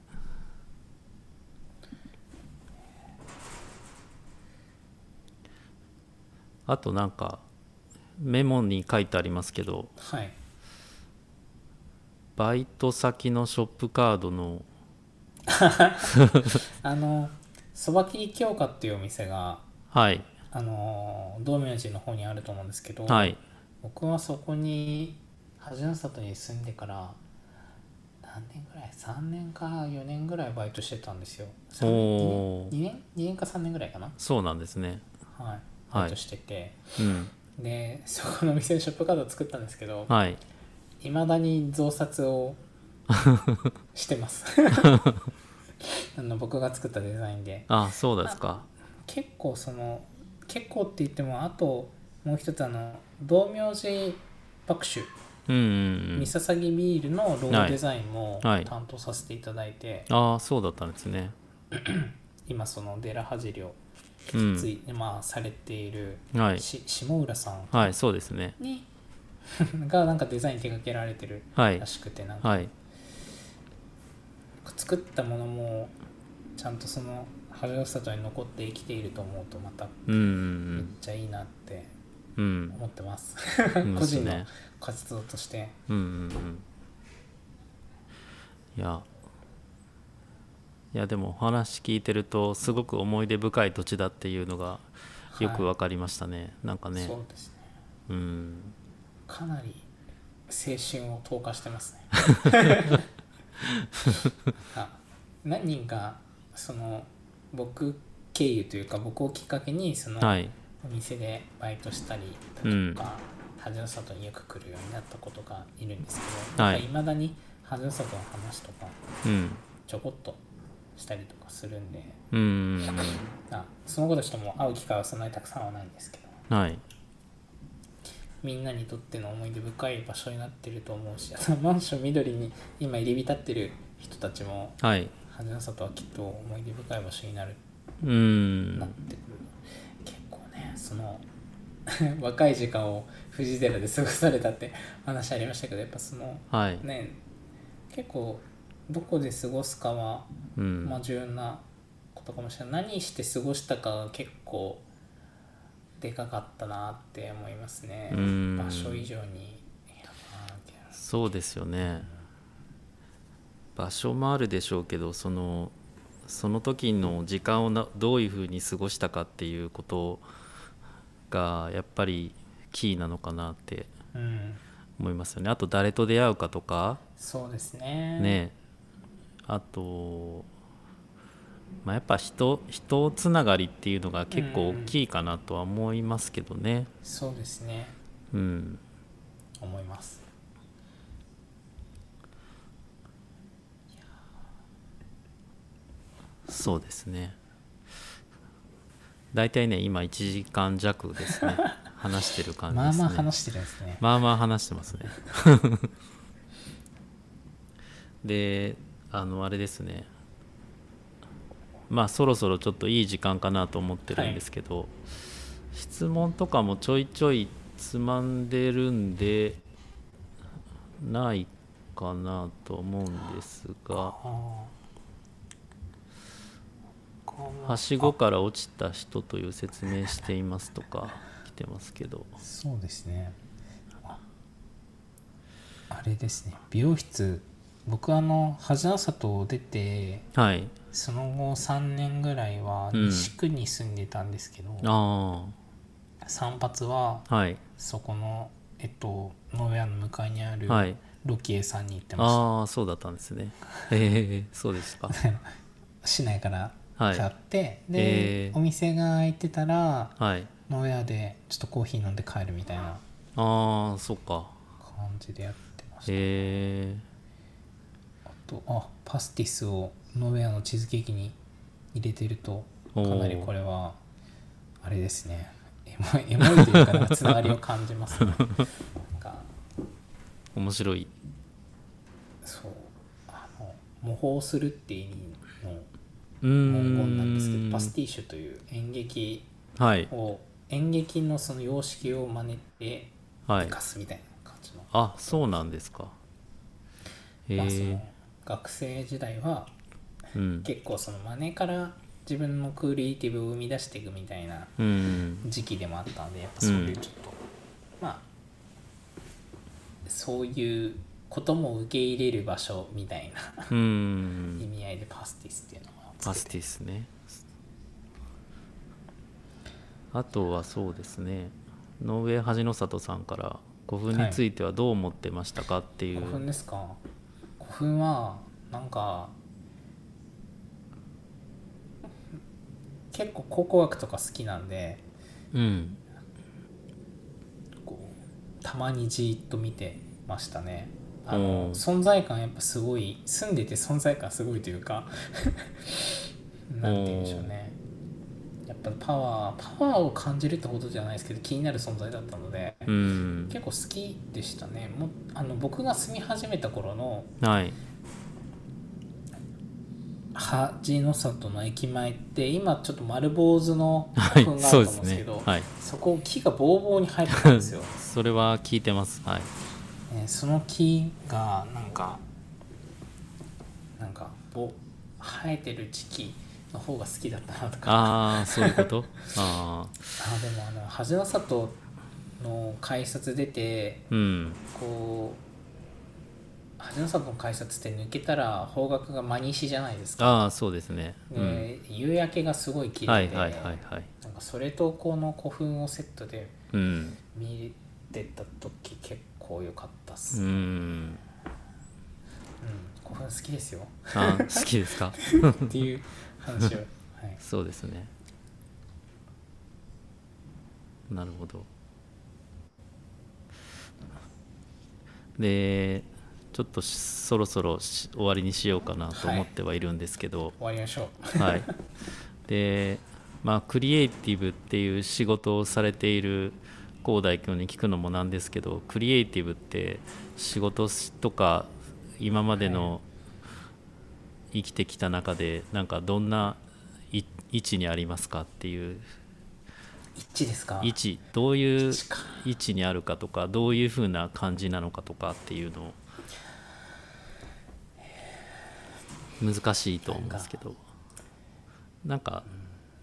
Speaker 1: あとなんかメモに書いてありますけど
Speaker 2: はい
Speaker 1: バイト先のショップカードの
Speaker 2: あのそば切り京香っていうお店が
Speaker 1: はい
Speaker 2: あの道明寺の方にあると思うんですけど、
Speaker 1: はい
Speaker 2: 僕はそこに恥の里に住んでから何年ぐらい3年か4年ぐらいバイトしてたんですよ
Speaker 1: お
Speaker 2: 2
Speaker 1: おー
Speaker 2: 年2年か3年ぐらいかな
Speaker 1: そうなんですね
Speaker 2: はいバイトしてて、
Speaker 1: うん
Speaker 2: でそこの店のショップカードを作ったんですけど
Speaker 1: はい
Speaker 2: いまだに増刷をしてます あの僕が作ったデザインで
Speaker 1: あそうですか
Speaker 2: 結構その結構って言ってもあともう一つあの道明寺爆酒
Speaker 1: うんうんう
Speaker 2: 三
Speaker 1: ん
Speaker 2: 笹木ビールのロゴデザインも
Speaker 1: はいはい
Speaker 2: 担当させていただいて、
Speaker 1: ああそうだったんですね
Speaker 2: 今そのデラハジリを
Speaker 1: うん
Speaker 2: つい、まあ、されている
Speaker 1: はい
Speaker 2: し下浦さん
Speaker 1: はいそうですね
Speaker 2: に がなんかデザイン手掛けられてる
Speaker 1: はい
Speaker 2: らしくてなんか
Speaker 1: はい
Speaker 2: 作ったものもちゃんとその春吉里に残って生きていると思うとまた
Speaker 1: うんう
Speaker 2: めっ
Speaker 1: ん
Speaker 2: ちゃいいなって
Speaker 1: うんうん
Speaker 2: 思ってます、
Speaker 1: うん
Speaker 2: 個人
Speaker 1: で
Speaker 2: の
Speaker 1: すね
Speaker 2: 活動として
Speaker 1: うんうんうんいやいやでもお話聞いてるとすごく思い出深い土地だっていうのがよくわかりましたね、なんかね
Speaker 2: そうですね
Speaker 1: うん
Speaker 2: かなり青春を投下してます ねあ何人かその僕経由というか僕をきっかけにその
Speaker 1: はい
Speaker 2: お店でバイトしたりだとか、
Speaker 1: うん
Speaker 2: 恥の里によく来るようになった子とかいるんですけど
Speaker 1: はい
Speaker 2: いま、なんか未だに恥の里の話とか
Speaker 1: うん
Speaker 2: ちょこっとしたりとかするんで
Speaker 1: うんうん
Speaker 2: あその子たちとも会う機会はそんなにたくさんはないんですけど
Speaker 1: うんはい
Speaker 2: みんなにとっての思い出深い場所になってると思うしあのマンション緑に今入り浸ってる人たちも
Speaker 1: はい
Speaker 2: 恥の里はきっと思い出深い場所になる
Speaker 1: う
Speaker 2: なっ
Speaker 1: ん
Speaker 2: てくる結構ねその 若い時間を富士寺で過ごされたって話ありましたけどやっぱその
Speaker 1: はい
Speaker 2: ね結構どこで過ごすかは、
Speaker 1: うん
Speaker 2: まあ、重要なことかもしれない何して過ごしたかが結構でかかったなって思いますね
Speaker 1: うん
Speaker 2: 場所以上にいやまあ
Speaker 1: そうですよね場所もあるでしょうけどそのその時の時間をなどういうふうに過ごしたかっていうことがやっぱりキーなのかなって
Speaker 2: うん
Speaker 1: 思いますよねあと誰と出会うかとか
Speaker 2: そうですね
Speaker 1: ねあと、まあ、やっぱ人人つながりっていうのが結構大きいかなとは思いますけどね
Speaker 2: そうですね
Speaker 1: うん
Speaker 2: 思います
Speaker 1: そうですね大体ね今1時間弱です ね話してる感じ
Speaker 2: ま
Speaker 1: で
Speaker 2: あ
Speaker 1: すね
Speaker 2: まあ話してるんですね
Speaker 1: まあまあ話してますね であのあれですねまあそろそろちょっといい時間かなと思ってるんですけど、質問とかもちょいちょいつまんでるんでないかなと思うんですが
Speaker 2: ああ
Speaker 1: はしごから落ちた人という説明していますとか来てますけど
Speaker 2: そうですねああれですね美容室僕あの恥の里を出て
Speaker 1: はい
Speaker 2: その後3年ぐらいは
Speaker 1: うん
Speaker 2: 西区に住んでたんですけど、
Speaker 1: あ
Speaker 2: 散髪は
Speaker 1: あはい
Speaker 2: そこのえっと野辺屋の向かいにある
Speaker 1: はい
Speaker 2: ロキエさんに行ってました、
Speaker 1: ああそうだったんですねええそうですか
Speaker 2: 市内から
Speaker 1: はい
Speaker 2: 買って、で、
Speaker 1: えー
Speaker 2: お店が開いてたら
Speaker 1: はい
Speaker 2: 野辺屋でちょっとコーヒー飲んで帰るみたいな
Speaker 1: ああそっか
Speaker 2: 感じでやってました
Speaker 1: え
Speaker 2: あとあパスティスをノーウェアのチーズケーキに入れてるとか
Speaker 1: おー
Speaker 2: なりこれはあれですねエモいエモいというかなんかつながりを感じま すねなんか
Speaker 1: え面白い
Speaker 2: そうあの模倣するって意味の
Speaker 1: うー
Speaker 2: 文言なんですけど
Speaker 1: ん
Speaker 2: パスティッシュという演劇
Speaker 1: はい
Speaker 2: を演劇のその様式を真似て
Speaker 1: は
Speaker 2: 生
Speaker 1: い
Speaker 2: かすみたいな、
Speaker 1: あそうなんですかへ
Speaker 2: まあ、そ
Speaker 1: え
Speaker 2: の学生時代は
Speaker 1: うん
Speaker 2: 結構そのマネから自分のクリエイティブを生み出していくみたいな
Speaker 1: うん
Speaker 2: 時期でもあったんでやっぱそういうちょっと、まあそういうことも受け入れる場所みたいな
Speaker 1: う
Speaker 2: 意
Speaker 1: ん
Speaker 2: 味合いでパスティスっていうのは
Speaker 1: パスティスねあとはそうですねノーウェー恥の里さんから古墳についてはどう思ってましたかっていう、
Speaker 2: 古墳ですか古墳はなんか結構考古学とか好きなんで
Speaker 1: うん
Speaker 2: こうたまにじーっと見てましたねあ
Speaker 1: う
Speaker 2: の
Speaker 1: ん
Speaker 2: 存在感やっぱすごい住んでて存在感すごいというか なんて言うんでしょうねやっぱパワーパワーを感じるってほどじゃないですけど気になる存在だったので、
Speaker 1: うん
Speaker 2: 結構好きでしたねもうあの僕が住み始めた頃の
Speaker 1: はい
Speaker 2: 八の里の駅前って今ちょっと丸坊主の
Speaker 1: は
Speaker 2: 古墳
Speaker 1: い
Speaker 2: があると
Speaker 1: そうで
Speaker 2: 思う
Speaker 1: す
Speaker 2: んですけ
Speaker 1: ね
Speaker 2: ど、
Speaker 1: はい
Speaker 2: そこ木がぼうぼうに生えてたんですよ
Speaker 1: それは聞いてますはい
Speaker 2: えーその木がなんかなんかぼ生えてる時期の方が好きだったなとかあ
Speaker 1: ああそういうこと ああ
Speaker 2: ーでもあの恥の里の改札出て
Speaker 1: うん
Speaker 2: こう恥の里の改札って抜けたら方角が真西じゃないですか、
Speaker 1: ああそうですね、
Speaker 2: で夕焼けがすごい綺
Speaker 1: うん、は
Speaker 2: 麗
Speaker 1: い
Speaker 2: で、
Speaker 1: はいはいはい
Speaker 2: なんかそれとこの古墳をセットで
Speaker 1: うん
Speaker 2: 見れてた時結構良かったっす、
Speaker 1: う
Speaker 2: うん
Speaker 1: ん
Speaker 2: 古墳好きですよ
Speaker 1: あー好きですか
Speaker 2: っていう話を、はい、
Speaker 1: そうですねなるほどでちょっとしそろそろし終わりにしようかなと思ってはいるんですけど、
Speaker 2: 終わりましょ
Speaker 1: はい、で、まあ、クリエイティブっていう仕事をされている広大君に聞くのもなんですけどクリエイティブって仕事とか今までの生きてきた中でなんかどんない位置にありますかっていう
Speaker 2: う一致ですか
Speaker 1: 位置どういう
Speaker 2: 一か
Speaker 1: 位置にあるかとかどういうふうな感じなのかとかっていうのを難しいと思うんですけどなんか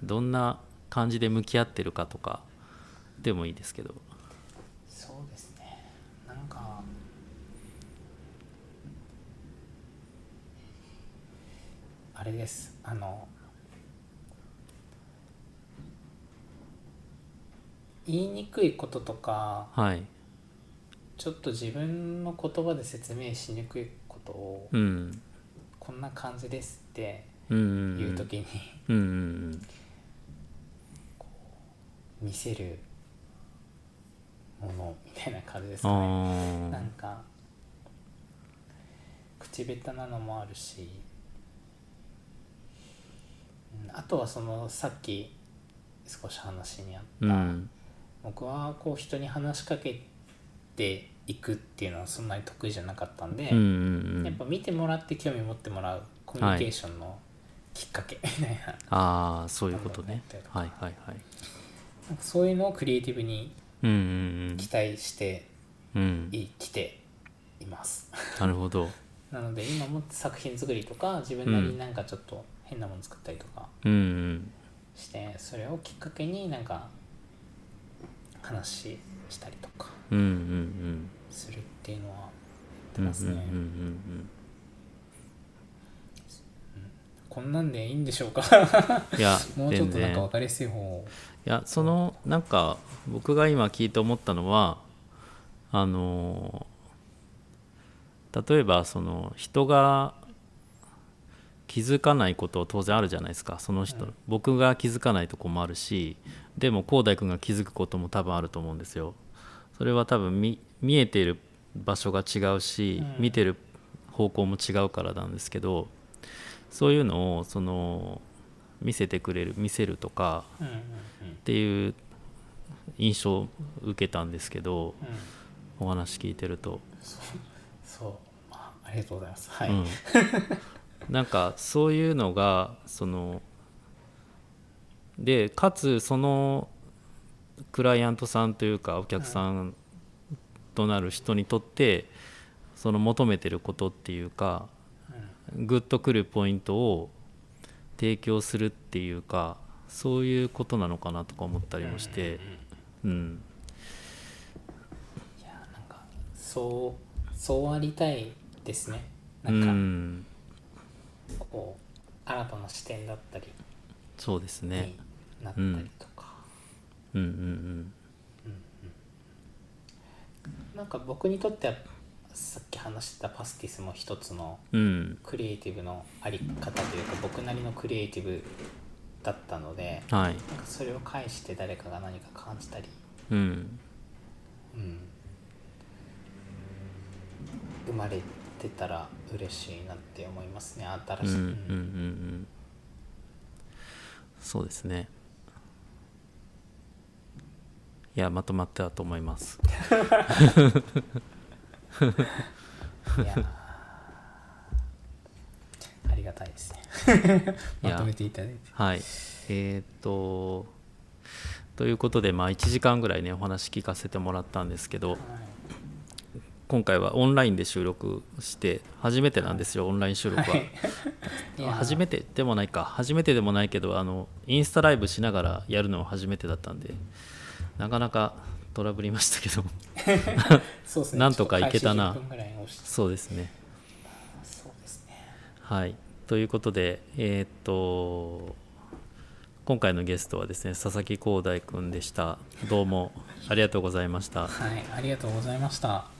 Speaker 1: どんな感じで向き合ってるかとかでもいいですけど
Speaker 2: そうですねなんかあれですあの言いにくいこととか
Speaker 1: はい
Speaker 2: ちょっと自分の言葉で説明しにくいことを
Speaker 1: うん
Speaker 2: こんな感じですって
Speaker 1: うんうん
Speaker 2: 言う時に
Speaker 1: うんうん
Speaker 2: 見せるものみたいな感じです
Speaker 1: う
Speaker 2: かね。
Speaker 1: ん
Speaker 2: な
Speaker 1: あ
Speaker 2: んか口下手なのもあるしうんあとはそのさっき少し話にあった、
Speaker 1: ーうん
Speaker 2: 僕はこう人に話しかけていくっていうのはそんなに得意じゃなかったんで、
Speaker 1: うんうんう
Speaker 2: やっ
Speaker 1: ん
Speaker 2: ぱ見てもらって興味持ってもらうコミュニケーションのきっかけ みたいな,、
Speaker 1: ああそういうことねはいはいはい
Speaker 2: なんかそういうのをクリエイティブに
Speaker 1: うん
Speaker 2: 期待して
Speaker 1: うんうんうん
Speaker 2: いきています。
Speaker 1: なるほど
Speaker 2: なので今も作品作りとか自分なりになんかちょっと変なもの作ったりとか
Speaker 1: うんうん
Speaker 2: して、それをきっかけになんか話したりとか
Speaker 1: うんうんうん
Speaker 2: するっていうのはやっ
Speaker 1: う
Speaker 2: て
Speaker 1: んうん
Speaker 2: ますね、
Speaker 1: うんうん
Speaker 2: こんなんでいいんでし ょうか
Speaker 1: うんいや
Speaker 2: もうちょっ
Speaker 1: 全
Speaker 2: となんか分
Speaker 1: 然
Speaker 2: かりやすい方を
Speaker 1: いやそのなんか僕が今聞いて思ったのはあの例えばその人が気づかないこと当然あるじゃないですかその人、
Speaker 2: うん
Speaker 1: 僕が気づかないとこもあるしでも広大君が気づくことも多分あると思うんですよ。それは多分見見えている場所が違うし、
Speaker 2: うん
Speaker 1: 見てる方向も違うからなんですけどそういうのをその見せてくれる見せるとか
Speaker 2: うんうんうん
Speaker 1: っていう印象を受けたんですけど
Speaker 2: うん
Speaker 1: お話聞いてると、
Speaker 2: そうそうまあありがとうございますは い、
Speaker 1: うん、なんかそういうのがそのでかつそのクライアントさんというかお客さんとなる人にとってその求めてることっていうかグッとくるポイントを提供するっていうかそういうことなのかなとか思ったりもして
Speaker 2: うんうんうん
Speaker 1: うん
Speaker 2: いやなんかそうそうありたいですねな
Speaker 1: うん
Speaker 2: か、
Speaker 1: ん
Speaker 2: こう新たな視点だったり
Speaker 1: そうですね
Speaker 2: になったりとか、
Speaker 1: うんうん
Speaker 2: なんか僕にとってはさっき話してたパスティスも一つの
Speaker 1: うんうん
Speaker 2: クリエイティブのあり方というか僕なりのクリエイティブだったので
Speaker 1: はい
Speaker 2: なんかそれを介して誰かが何か感じたり、
Speaker 1: うん
Speaker 2: うん、生まれてたら嬉しいなって思いますね
Speaker 1: う
Speaker 2: 新
Speaker 1: んう
Speaker 2: し
Speaker 1: ん
Speaker 2: い、
Speaker 1: う
Speaker 2: うん
Speaker 1: んそうですねいやまとまってたと思います
Speaker 2: いやーありがたいですね
Speaker 1: い
Speaker 2: ま
Speaker 1: や
Speaker 2: とめていただいて
Speaker 1: はいえーっとということでまあ1時間ぐらいねお話聞かせてもらったんですけど今回はオンラインで収録して初めてなんですよオンライン収録は、
Speaker 2: いやー
Speaker 1: 初めてでもないか初めてでもないけどあのインスタライブしながらやるのは初めてだったんでなかなかトラブりましたけど
Speaker 2: そうですね
Speaker 1: なんとかいけたな
Speaker 2: ちょっと開始10分ぐらいに押し て
Speaker 1: そうですね
Speaker 2: そうですね
Speaker 1: はいということでえーっと今回のゲストはですね佐々木光大くんでしたどうもありがとうございました
Speaker 2: はいありがとうございました